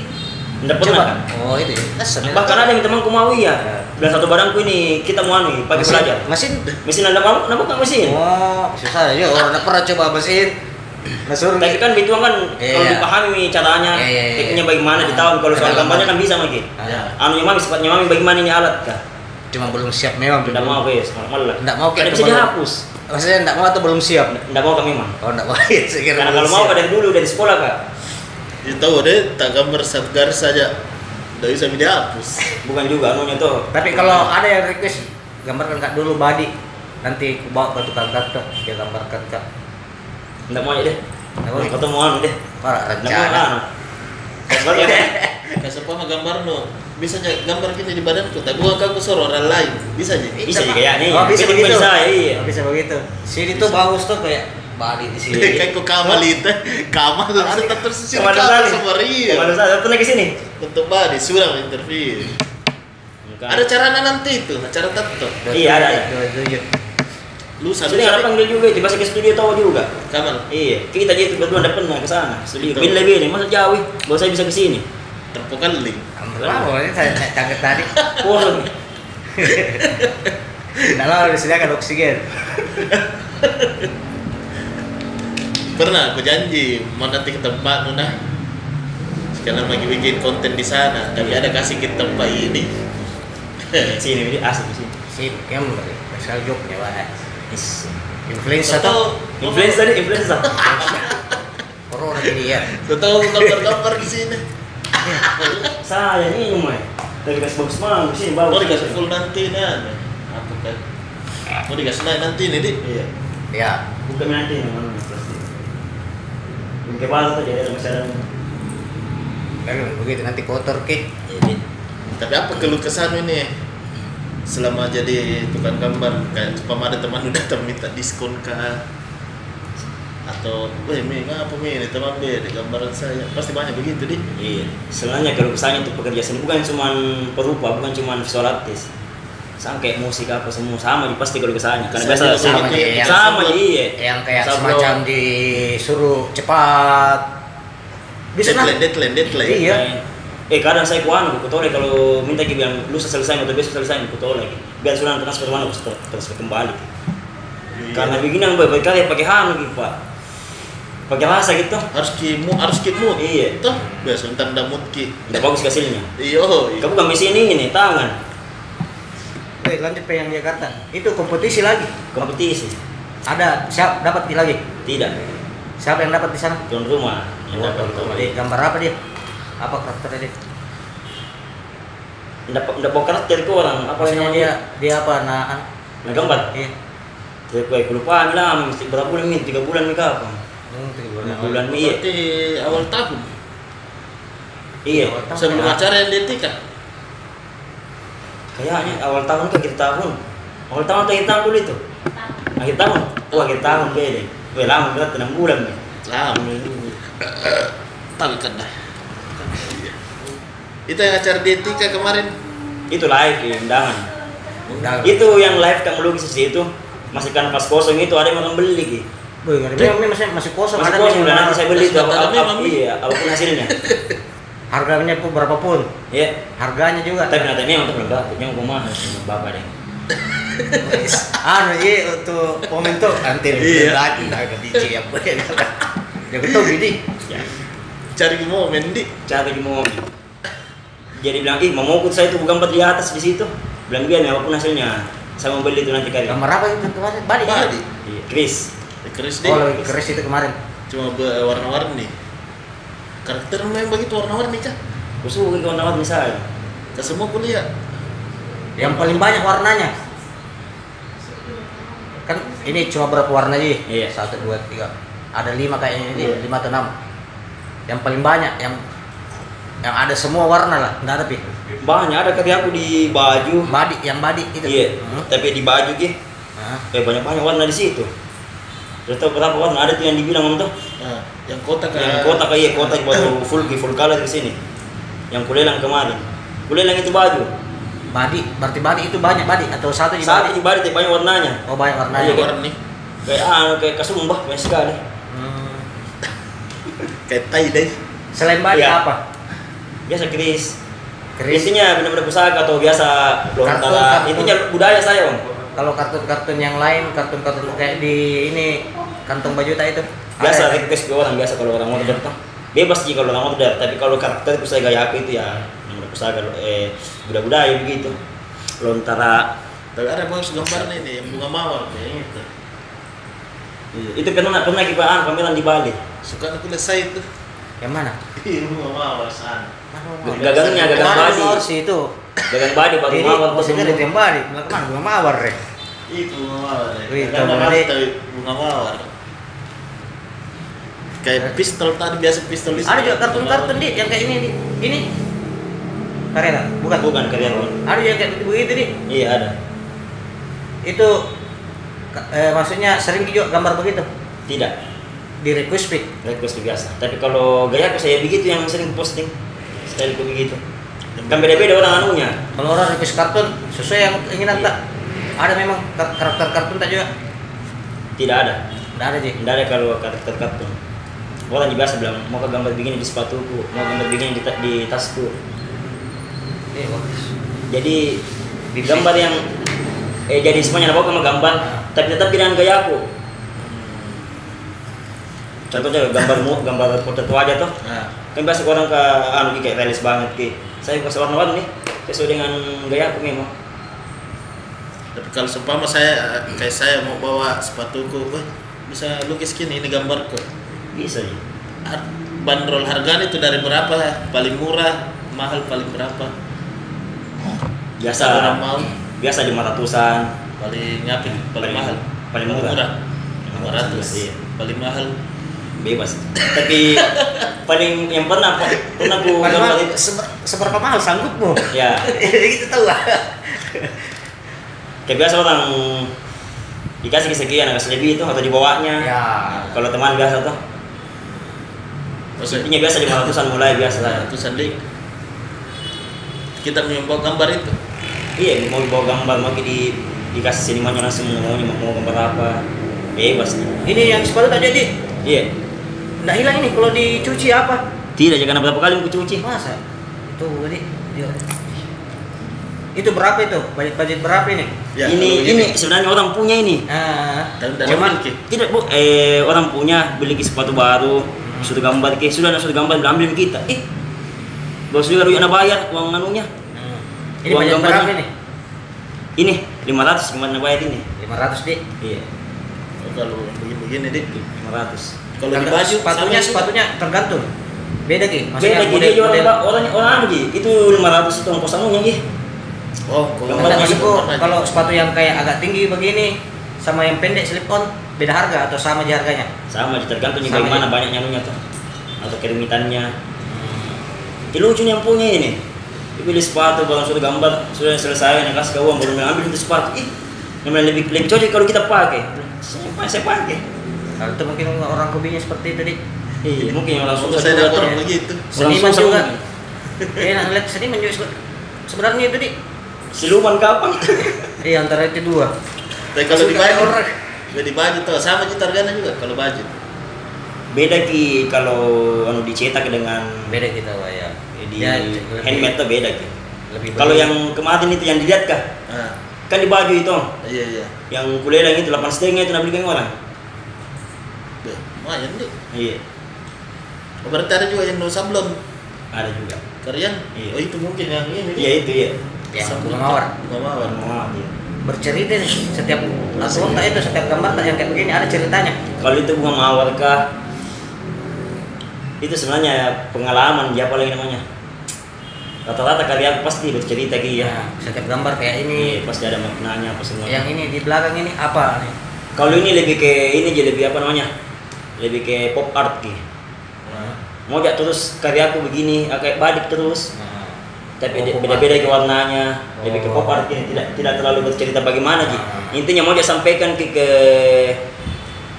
[SPEAKER 3] Nggak pernah kan?
[SPEAKER 2] oh itu ya. Kesan ya.
[SPEAKER 3] Bahkan ada yang teman mau ya. Bilang satu barangku ini kita mau anu pakai
[SPEAKER 2] Mesin-
[SPEAKER 3] belajar.
[SPEAKER 2] mesin
[SPEAKER 3] Mesin ada mau, nampak nggak mesin?
[SPEAKER 2] oh susah ya orang nggak pernah coba mesin mesin
[SPEAKER 3] Tapi kan bituan kan
[SPEAKER 2] Iya,
[SPEAKER 3] kalau
[SPEAKER 2] iya.
[SPEAKER 3] dipahami caranya,
[SPEAKER 2] Iya, iya, iya.
[SPEAKER 3] tekniknya bagaimana ditahu kalau soal
[SPEAKER 2] Kedalaman.
[SPEAKER 3] gambarnya kan bisa lagi.
[SPEAKER 2] Ah,
[SPEAKER 3] Anunya mami sifatnya mami bagaimana ini alat kah?
[SPEAKER 2] cuma belum siap memang
[SPEAKER 3] Tidak mau guys, malah malah.
[SPEAKER 2] Nggak Iya. mau, kayak
[SPEAKER 3] Ada bisa
[SPEAKER 2] teman-
[SPEAKER 3] dihapus.
[SPEAKER 2] maksudnya nggak mau atau belum siap
[SPEAKER 3] Tidak mau kami mah.
[SPEAKER 2] oh nggak mau ya saya kira
[SPEAKER 3] Karena
[SPEAKER 2] belum
[SPEAKER 3] kalau mau kan
[SPEAKER 2] siap.
[SPEAKER 3] dari dulu dari sekolah kak,
[SPEAKER 1] dia tahu deh tak gambar satgar saja dari bisa dihapus
[SPEAKER 3] bukan juga anunya tuh.
[SPEAKER 2] tapi kalau ada yang request gambarkan kak dulu body nanti aku bawa ke tukang tato dia gambarkan kak
[SPEAKER 3] Tidak mau aja deh.
[SPEAKER 2] Nggak mau.
[SPEAKER 3] Nah, Ketemu anu deh.
[SPEAKER 2] parah
[SPEAKER 3] Tidak mau
[SPEAKER 2] rencana
[SPEAKER 3] anu. Gambar ya kan?
[SPEAKER 1] kasih paham gambar no bisa aja gambar kita di badanku tapi bukan aku suruh orang lain bisa jadi
[SPEAKER 3] Bisa juga ya nih.
[SPEAKER 2] Oh, bisa
[SPEAKER 3] Kita
[SPEAKER 2] begitu.
[SPEAKER 3] Bisa iya.
[SPEAKER 2] Oh, bisa begitu. Sini tuh bagus tuh kayak Bali di sini.
[SPEAKER 1] kayak ku kamal itu kamal tuh serta tersisir
[SPEAKER 3] Kemana
[SPEAKER 1] kamal
[SPEAKER 3] tadi?
[SPEAKER 1] sama
[SPEAKER 3] Kemana
[SPEAKER 1] Rio
[SPEAKER 3] tadi? Datang lagi sini.
[SPEAKER 1] untuk body sudah interview ada caranya nanti itu acara tato
[SPEAKER 3] Iya, ada, ada.
[SPEAKER 2] Dua tujuh.
[SPEAKER 1] lu
[SPEAKER 3] Jadi nggak
[SPEAKER 1] sampai
[SPEAKER 3] panggil juga, tiba ke studio tahu juga.
[SPEAKER 1] kamal
[SPEAKER 3] Iya, kita jadi tiba-tiba ada pernah ke sana. Studio.
[SPEAKER 1] Betul.
[SPEAKER 3] Bin lebih nih, masa jauh, baru saya bisa ke sini.
[SPEAKER 1] terpukal link
[SPEAKER 2] Ambil lama ini saya saya kaget tadi.
[SPEAKER 3] Kurang.
[SPEAKER 2] Tidak lama di sini akan oksigen.
[SPEAKER 1] pernah aku janji mau nanti ke tempat Nuna sekarang lagi bikin konten di sana tapi ada kasih ke tempat ini
[SPEAKER 3] Sini, jadi asli di sini.
[SPEAKER 2] Sip, kamu dari Pascal Joknya wah.
[SPEAKER 3] Yes.
[SPEAKER 2] Influencer
[SPEAKER 1] atau
[SPEAKER 2] tuh
[SPEAKER 3] Influencer nih, influencer.
[SPEAKER 2] corona jadi ya.
[SPEAKER 1] atau gambar-gambar di sini
[SPEAKER 3] Saya nih cuma dari Facebook semua di sini bawa.
[SPEAKER 1] mau Oh, dikasih full nanti nah apa kan mau dikasih naik nanti nih di
[SPEAKER 3] Iya.
[SPEAKER 2] Ya.
[SPEAKER 3] Bukan nanti yang mana pasti. Bukan bahasa tuh jadi ada masalah.
[SPEAKER 2] Kalau begitu nanti kotor ki.
[SPEAKER 3] Jadi
[SPEAKER 1] tapi apa keluh kesan ini selama jadi tukang gambar kayak cuma ada teman udah datang minta diskon kah atau weh mi apa mi ini teman be ada gambaran saya pasti banyak begitu di
[SPEAKER 3] Iya. Sebenarnya kalau kesannya itu pekerja seni bukan cuma perupa, bukan cuma visual artis. Sama kayak musik apa semua sama aja pasti kalau kesannya. Karena
[SPEAKER 1] Saya
[SPEAKER 3] biasa
[SPEAKER 1] juga
[SPEAKER 3] sama,
[SPEAKER 2] begitu, ya.
[SPEAKER 3] sama iya.
[SPEAKER 2] Yang kayak
[SPEAKER 3] Sablon.
[SPEAKER 2] semacam disuruh cepat. Bisa nah.
[SPEAKER 1] deadline deadline deadline
[SPEAKER 2] Iya.
[SPEAKER 3] Eh kadang saya kuan, aku tahu kalau minta dia bilang lu selesai atau besok selesai, aku tahu lagi. Biar sudah transfer kemana, aku setor- transfer kembali.
[SPEAKER 1] Iya.
[SPEAKER 3] Karena begini yang baik-baik kali pakai ham gitu pak, pakai rasa gitu,
[SPEAKER 1] harus kimu harus kimu
[SPEAKER 3] Iya.
[SPEAKER 1] toh biasa ntar damut ki Iya, oh,
[SPEAKER 3] tidak bagus hasilnya.
[SPEAKER 1] iyo
[SPEAKER 3] Kamu kami sini ini kan? tangan,
[SPEAKER 2] Oke, lanjut pe yang Jakarta. Itu kompetisi lagi.
[SPEAKER 3] kompetisi,
[SPEAKER 2] Ada siap dapat di lagi.
[SPEAKER 3] tidak
[SPEAKER 2] Siapa yang dapat di sana?
[SPEAKER 3] tuan rumah. Yang dapat tuan rumah.
[SPEAKER 2] Eh, Gambar apa dia? Apa karakternya dia?
[SPEAKER 3] Tidak tidak bawa karakter ke orang apa yang
[SPEAKER 2] Maksudnya
[SPEAKER 3] namanya
[SPEAKER 2] dia dia apa nah an-
[SPEAKER 3] Nah gambar.
[SPEAKER 2] iya
[SPEAKER 3] Saya kue kelupaan lah, mesti berapa bulan min? Tiga bulan min apa?
[SPEAKER 2] Hmm, tiga bulan
[SPEAKER 3] Enam
[SPEAKER 2] awal.
[SPEAKER 3] bulan min. iya.
[SPEAKER 1] berarti awal tahun
[SPEAKER 3] Iya.
[SPEAKER 2] Tahun
[SPEAKER 1] sebelum
[SPEAKER 2] berapa?
[SPEAKER 1] acara yang detik kan
[SPEAKER 3] Kayaknya awal tahun ke akhir tahun. Awal tahun atau akhir tahun dulu itu? Akhir tahun. Oh akhir tahun beda. Wah lama berat enam bulan min.
[SPEAKER 1] lah tapi kan dah Iya. itu yang acara detika kemarin
[SPEAKER 3] Itu live ya, undangan.
[SPEAKER 2] Undangan.
[SPEAKER 3] Itu yang live kamu lukis di situ. Masih kanvas kosong itu ada yang orang beli gitu.
[SPEAKER 2] Boy, nggak Oh, ada memang masih masih kosong
[SPEAKER 3] Masih
[SPEAKER 2] ada
[SPEAKER 3] kosong
[SPEAKER 2] memang
[SPEAKER 3] dan nanti saya beli itu Iya,
[SPEAKER 1] Masih
[SPEAKER 3] apa,
[SPEAKER 1] batalnya,
[SPEAKER 3] apa,
[SPEAKER 1] Mami.
[SPEAKER 3] iya apapun hasilnya.
[SPEAKER 2] harganya pun berapapun
[SPEAKER 3] Iya.
[SPEAKER 2] harganya juga
[SPEAKER 3] Tapi nanti ini untuk berapa? Yang gue mahal sama bapak deh.
[SPEAKER 2] anu iya untuk momen tuh antil
[SPEAKER 1] Iya.
[SPEAKER 2] lagi agak DJ yang boleh ya betul gini
[SPEAKER 3] Ya.
[SPEAKER 1] Cari momen di.
[SPEAKER 3] Cara di mau. Jadi bilang, ih mau ikut saya itu bukan buat di atas di situ. Bilang dia nih apapun hasilnya. Saya mau beli itu nanti kali.
[SPEAKER 2] gambar apa itu kemarin balik ya?
[SPEAKER 1] Badi.
[SPEAKER 3] Iya. Chris.
[SPEAKER 1] Keris di.
[SPEAKER 2] oh lebih keris itu kemarin
[SPEAKER 1] Cuma be- warna-warni. Karakter memang begitu warna-warni kah?
[SPEAKER 3] Gue suka kawan-kawan misalnya.
[SPEAKER 1] Ke semua kuliah.
[SPEAKER 2] yang paling banyak warnanya kan ini cuma berapa warna aja
[SPEAKER 3] Iya.
[SPEAKER 2] satu dua tiga ada lima kayaknya ini lima atau enam yang paling banyak yang yang ada semua warna lah nggak ada pi
[SPEAKER 3] Banyak ada kerja aku di baju.
[SPEAKER 2] badi yang badi itu
[SPEAKER 3] Iya.
[SPEAKER 2] Hmm.
[SPEAKER 3] Tapi di baju gitu.
[SPEAKER 2] Hah?
[SPEAKER 3] Eh banyak banyak warna di situ. Terus tahu berapa warna ada tuh yang dibilang tuh
[SPEAKER 1] Nah, yang kotak kan.
[SPEAKER 3] yang kota kayak kota di batu full full color di sini. Yang kulelang kemarin. Kulelang itu baju.
[SPEAKER 2] badi berarti badi itu banyak badi atau satu di
[SPEAKER 3] Saat
[SPEAKER 2] badi
[SPEAKER 3] ini balik banyak warnanya.
[SPEAKER 2] oh banyak warnanya
[SPEAKER 1] Warna
[SPEAKER 3] Iya.
[SPEAKER 1] warni.
[SPEAKER 3] Kayak ah kayak kasumbah banyak sekali.
[SPEAKER 2] Hmm.
[SPEAKER 1] Kayak tai deh.
[SPEAKER 2] selain badi
[SPEAKER 3] Iya.
[SPEAKER 2] apa
[SPEAKER 3] Biasa Chris.
[SPEAKER 2] keris
[SPEAKER 3] Intinya benar-benar pusaka atau biasa lontara.
[SPEAKER 2] Kartun, kartun.
[SPEAKER 3] Intinya budaya saya, Om.
[SPEAKER 2] kalau kartun-kartun yang lain kartun-kartun kayak di ini kantong baju tak itu
[SPEAKER 3] Biasa
[SPEAKER 2] Ada ya?
[SPEAKER 3] request ke orang biasa kalau orang order tuh. Bebas sih kalau orang order, tapi kalau karakter pusaka gaya aku itu ya benar pusaka eh budaya-budaya begitu. Lontara
[SPEAKER 1] Tapi ada bagus gambarnya ini yang bunga mawar gitu. kayaknya itu.
[SPEAKER 3] eh, itu pernah pernah kipaan pameran di Bali.
[SPEAKER 1] Suka aku lihat saya itu.
[SPEAKER 2] yang mana
[SPEAKER 1] Iya, bunga mawar san.
[SPEAKER 3] Gagangnya gagang
[SPEAKER 2] Kemarin
[SPEAKER 3] badi,
[SPEAKER 2] mawar sih itu.
[SPEAKER 3] gagang badi baru
[SPEAKER 2] Jadi
[SPEAKER 3] mawar tuh
[SPEAKER 2] maksudnya ada yang badi, bilang kemana gua mawar deh.
[SPEAKER 1] Itu bunga mawar.
[SPEAKER 2] Wih,
[SPEAKER 1] Ada
[SPEAKER 2] tahu
[SPEAKER 1] mawar
[SPEAKER 2] deh.
[SPEAKER 1] tapi bunga mawar. Kayak pistol tadi biasa pistol itu.
[SPEAKER 2] Ada juga kartun-kartun di yang kayak ini di. Ini. Karena bukan.
[SPEAKER 3] Bukan karya Om.
[SPEAKER 2] Ada juga yang kayak begitu di.
[SPEAKER 3] Iya ada.
[SPEAKER 2] Itu ka- eh, maksudnya sering juga gambar begitu
[SPEAKER 3] Tidak.
[SPEAKER 2] di request pic.
[SPEAKER 3] request biasa tapi kalau gaya aku saya begitu yang sering posting style aku begitu kan beda-beda orang anunya
[SPEAKER 2] Kalau orang request kartun sesuai yang keinginan
[SPEAKER 3] Iya.
[SPEAKER 2] tak. Ada memang kar- karakter kartun tak juga.
[SPEAKER 3] tidak ada
[SPEAKER 2] Enggak ada sih.
[SPEAKER 3] tidak ada ya, kalau karakter kartun orang juga biasa bilang mau ke gambar begini di sepatuku mau gambar begini di, ta- di tasku
[SPEAKER 2] Iya, bagus.
[SPEAKER 3] jadi di gambar yang eh jadi semuanya ada sama gambar tapi tetap dengan gaya aku contohnya gambar mu gambar foto tua aja tuh
[SPEAKER 1] Nah,
[SPEAKER 3] kan biasa orang ke anu ki, kayak realistis banget ki saya kasih warna-warni sesuai dengan gaya aku memang
[SPEAKER 1] Tapi kalau seumpama saya kayak saya mau bawa sepatuku, wah bisa lukis gini ini gambarku.
[SPEAKER 3] bisa ya
[SPEAKER 1] Har- Bandrol harganya itu dari berapa? Paling murah, mahal paling berapa?
[SPEAKER 3] biasa
[SPEAKER 1] Kalau orang mau
[SPEAKER 3] biasa di ratusan
[SPEAKER 1] paling apa? Paling
[SPEAKER 3] Paling-
[SPEAKER 1] mahal,
[SPEAKER 3] paling murah.
[SPEAKER 1] Lima ratus,
[SPEAKER 3] Iya.
[SPEAKER 1] paling mahal.
[SPEAKER 3] bebas tapi paling yang pernah pernah aku gambar
[SPEAKER 2] Padahal
[SPEAKER 3] itu
[SPEAKER 2] seber- seberapa mahal sanggupmu?
[SPEAKER 3] ya
[SPEAKER 2] gitu tahu lah.
[SPEAKER 3] kayak biasa orang dikasih sekian kasih lebih itu atau dibawanya
[SPEAKER 2] Ya.
[SPEAKER 3] kalau teman biasa tuh
[SPEAKER 1] Maksudnya
[SPEAKER 3] intinya biasa lima ratusan mulai biasa lah
[SPEAKER 1] Nah, itu sendiri kita membawa gambar itu.
[SPEAKER 3] iya mau dibawa gambar mau di dikasih senimannya langsung mau mau mau gambar apa bebas
[SPEAKER 2] Ini yang sepatu tak jadi.
[SPEAKER 3] iya
[SPEAKER 2] Nggak hilang ini kalau dicuci apa?
[SPEAKER 3] tidak jangan berapa kali aku cuci
[SPEAKER 2] Masa? Itu jadi dia- Itu berapa itu? Budget-budget berapa ini?
[SPEAKER 3] ini
[SPEAKER 1] Ya, kalau
[SPEAKER 3] ini
[SPEAKER 1] begini.
[SPEAKER 3] sebenarnya orang punya ini
[SPEAKER 2] Ah,
[SPEAKER 1] Dan dari
[SPEAKER 2] cuman
[SPEAKER 1] Ki.
[SPEAKER 3] tidak bu eh orang punya beli ke sepatu baru suruh gambar ke sudah suruh gambar bilang, ambil ke kita eh bos juga rugi anak bayar uang anunya
[SPEAKER 2] Hmm. ini
[SPEAKER 3] Uang
[SPEAKER 2] budget
[SPEAKER 3] gambarnya.
[SPEAKER 2] berapa ini?
[SPEAKER 3] ini 500 gimana bayar ini
[SPEAKER 2] 500 di.
[SPEAKER 3] iya
[SPEAKER 1] Oh, Kalau begini-begini deh.
[SPEAKER 3] 500
[SPEAKER 1] Kalau di
[SPEAKER 2] Tergantung
[SPEAKER 1] baju sama
[SPEAKER 2] sepatunya
[SPEAKER 1] juga.
[SPEAKER 2] sepatunya tergantung. Beda Ki.
[SPEAKER 3] beda gitu
[SPEAKER 2] model-
[SPEAKER 3] dia orang
[SPEAKER 2] model.
[SPEAKER 3] orang orang, orang anu, Ji. itu 500 itu ongkos anunya gitu
[SPEAKER 1] Oh, kalau
[SPEAKER 3] Gambar
[SPEAKER 2] Enggak,
[SPEAKER 1] baju,
[SPEAKER 2] maksudku
[SPEAKER 1] gambar baju.
[SPEAKER 2] kalau sepatu yang kayak agak tinggi begini sama yang pendek slip on beda harga atau sama aja harganya?
[SPEAKER 3] sama Ji, tergantung
[SPEAKER 2] Sama,
[SPEAKER 3] bagaimana banyaknya anunya tuh atau kerumitannya Ini lucu nih yang punya ini dia beli sepatu kalau sudah gambar sudah selesai yang kasih ke uang baru ambil itu sepatu ih yang lebih lebih cocok kalau kita pakai saya pakai saya pakai
[SPEAKER 2] Kalau Nah, itu mungkin orang hobinya seperti itu di.
[SPEAKER 3] Iya, mungkin orang
[SPEAKER 1] Kalau
[SPEAKER 3] susah
[SPEAKER 1] saya
[SPEAKER 3] juga
[SPEAKER 1] dapat
[SPEAKER 3] tuh.
[SPEAKER 1] begitu.
[SPEAKER 2] Seniman
[SPEAKER 3] susah
[SPEAKER 2] juga.
[SPEAKER 3] mungkin.
[SPEAKER 2] Enak ngeliat seniman juga sebe- sebenarnya itu di.
[SPEAKER 3] Siluman kapan?
[SPEAKER 2] Iya antara itu dua.
[SPEAKER 1] Tapi kalau di
[SPEAKER 2] Suka
[SPEAKER 1] baju,
[SPEAKER 2] orang.
[SPEAKER 1] kalau di baju tuh sama aja harganya juga kalau baju.
[SPEAKER 3] Beda ki kalau anu dicetak dengan
[SPEAKER 2] Beda kita Wak, ya.
[SPEAKER 3] eh, Jadi
[SPEAKER 2] Ya, lebih-
[SPEAKER 3] handmade tuh beda gitu.
[SPEAKER 2] Lebih
[SPEAKER 3] Kalau
[SPEAKER 2] beli.
[SPEAKER 3] yang kemarin itu yang dilihat kah?
[SPEAKER 1] Ah,
[SPEAKER 3] Kan di baju itu,
[SPEAKER 1] iya iya.
[SPEAKER 3] yang kulelang itu 8 setengah itu nak beli orang.
[SPEAKER 1] Beh, lumayan deh.
[SPEAKER 3] Iya,
[SPEAKER 1] Oh, Berarti ada juga yang no sablon.
[SPEAKER 3] ada juga.
[SPEAKER 1] Kalian?
[SPEAKER 3] Iya.
[SPEAKER 1] Oh itu mungkin yang ini.
[SPEAKER 3] Iya itu ya.
[SPEAKER 2] Yang
[SPEAKER 1] Sablon.
[SPEAKER 2] bunga mawar.
[SPEAKER 1] Bunga mawar.
[SPEAKER 3] Wow, iya.
[SPEAKER 2] bercerita nih setiap langsung tak itu setiap gambar tak yang kayak begini ada ceritanya
[SPEAKER 3] Kalau itu bunga mawar kah? Itu sebenarnya pengalaman dia apa lagi namanya? Rata-rata kalian pasti bercerita gitu
[SPEAKER 2] Iya.
[SPEAKER 3] ya.
[SPEAKER 2] setiap gambar kayak
[SPEAKER 3] Iya,
[SPEAKER 2] ini
[SPEAKER 3] pasti ada maknanya apa semua.
[SPEAKER 2] yang ini di belakang ini apa nih
[SPEAKER 3] Kalau ini lebih ke ini aja lebih apa namanya? Lebih ke pop art gitu.
[SPEAKER 2] Nah,
[SPEAKER 3] Mau gak terus karya aku begini, ah, kayak badik terus. Tapi
[SPEAKER 2] Oh,
[SPEAKER 3] beda-
[SPEAKER 2] pop
[SPEAKER 3] beda-beda
[SPEAKER 2] art.
[SPEAKER 3] ke warnanya, lebih ke
[SPEAKER 2] Oh.
[SPEAKER 3] pop art gini, tidak tidak terlalu bercerita bagaimana gitu.
[SPEAKER 2] Ah.
[SPEAKER 3] Intinya mau dia sampaikan ke, ke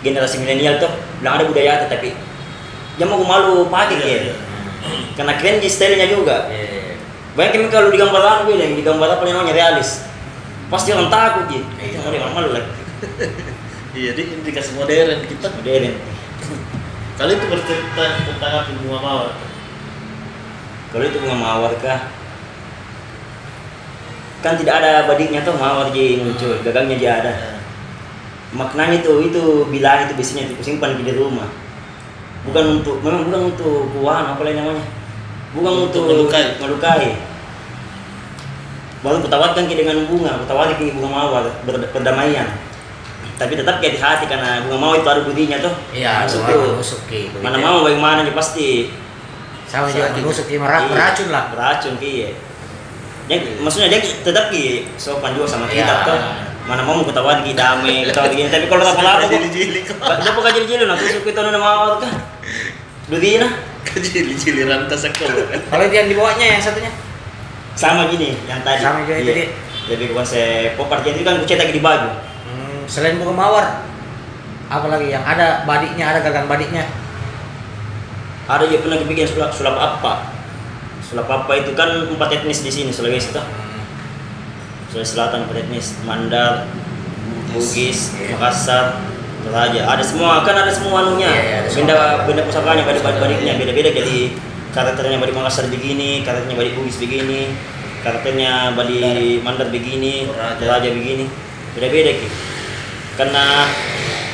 [SPEAKER 3] generasi milenial tuh, bilang ada budaya ada, tapi dia mau malu pakai
[SPEAKER 1] Iya,
[SPEAKER 3] gitu.
[SPEAKER 1] iya.
[SPEAKER 3] Karena keren di stylenya juga.
[SPEAKER 2] Iya.
[SPEAKER 3] Banyak yang kalau digambar orang bilang digambar apa yang namanya realis. Pasti orang takut gitu.
[SPEAKER 2] Iya.
[SPEAKER 3] Itu mau dia orang malu lah.
[SPEAKER 1] Iya, jadi dikasih modern kita.
[SPEAKER 3] Modern.
[SPEAKER 1] Kalian itu bercerita tentang apa bunga mawar?
[SPEAKER 3] Kalau itu bunga mawar kah? Kan tidak ada badiknya tuh mawar je yang muncul, gagangnya dia ada.
[SPEAKER 1] Nah,
[SPEAKER 3] Maknanya itu itu bilah itu biasanya itu simpan di rumah. Bukan untuk memang bukan untuk buahan apa lain namanya. Bukan
[SPEAKER 1] Untuk
[SPEAKER 3] untuk,
[SPEAKER 1] melukai.
[SPEAKER 3] melukai. Baru kutawarkan ke dengan bunga, kutawarkan ke bunga mawar ber- perdamaian. Tapi tetap kayak di hati karena bunga mawar itu ada butinya tuh.
[SPEAKER 2] Iya,
[SPEAKER 3] Masuk
[SPEAKER 2] bunga Iya.
[SPEAKER 3] tuh.
[SPEAKER 2] menusuk, Ki.
[SPEAKER 3] Mana mau bagaimana dia pasti
[SPEAKER 2] sama juga
[SPEAKER 1] Sakit.
[SPEAKER 2] menusuk ya meracun
[SPEAKER 3] Iya,
[SPEAKER 2] beracun lah
[SPEAKER 3] beracun iya dia, maksudnya dia tetap ki sopan juga sama
[SPEAKER 2] Iya.
[SPEAKER 3] kita tuh mana mau ketahuan ki damai ketahuan gini tapi kalau tak pelapa kok
[SPEAKER 1] Jadi jili kok.
[SPEAKER 3] dia bukan jadi jadi nanti suku itu nana mau kan nah. Dutina
[SPEAKER 1] Jadi jili rantas aku.
[SPEAKER 2] kalau yang dibawanya yang satunya
[SPEAKER 3] sama gini yang tadi
[SPEAKER 2] Sama juga itu, Dik.
[SPEAKER 3] lebih bukan saya popar jadi kan cetak di baju
[SPEAKER 2] Hmm, selain bunga mawar apalagi yang ada badiknya ada gagang badiknya
[SPEAKER 3] ada juga pernah kepikiran sulap sulap apa sulap apa itu kan empat etnis di sini Sulawesi tuh Sulawesi Selatan empat etnis Mandar Bugis,
[SPEAKER 2] Iya.
[SPEAKER 3] Makassar, Toraja. Ada semua, kan ada semua anunya.
[SPEAKER 2] Iya, iya, ada semua.
[SPEAKER 3] benda benda pusakanya, benda benda
[SPEAKER 2] Iya.
[SPEAKER 3] badiknya beda-beda jadi karakternya badi Makassar begini, karakternya badi Bugis begini, karakternya badi Mandar begini,
[SPEAKER 1] Toraja.
[SPEAKER 3] Toraja begini. Beda-beda gitu. Karena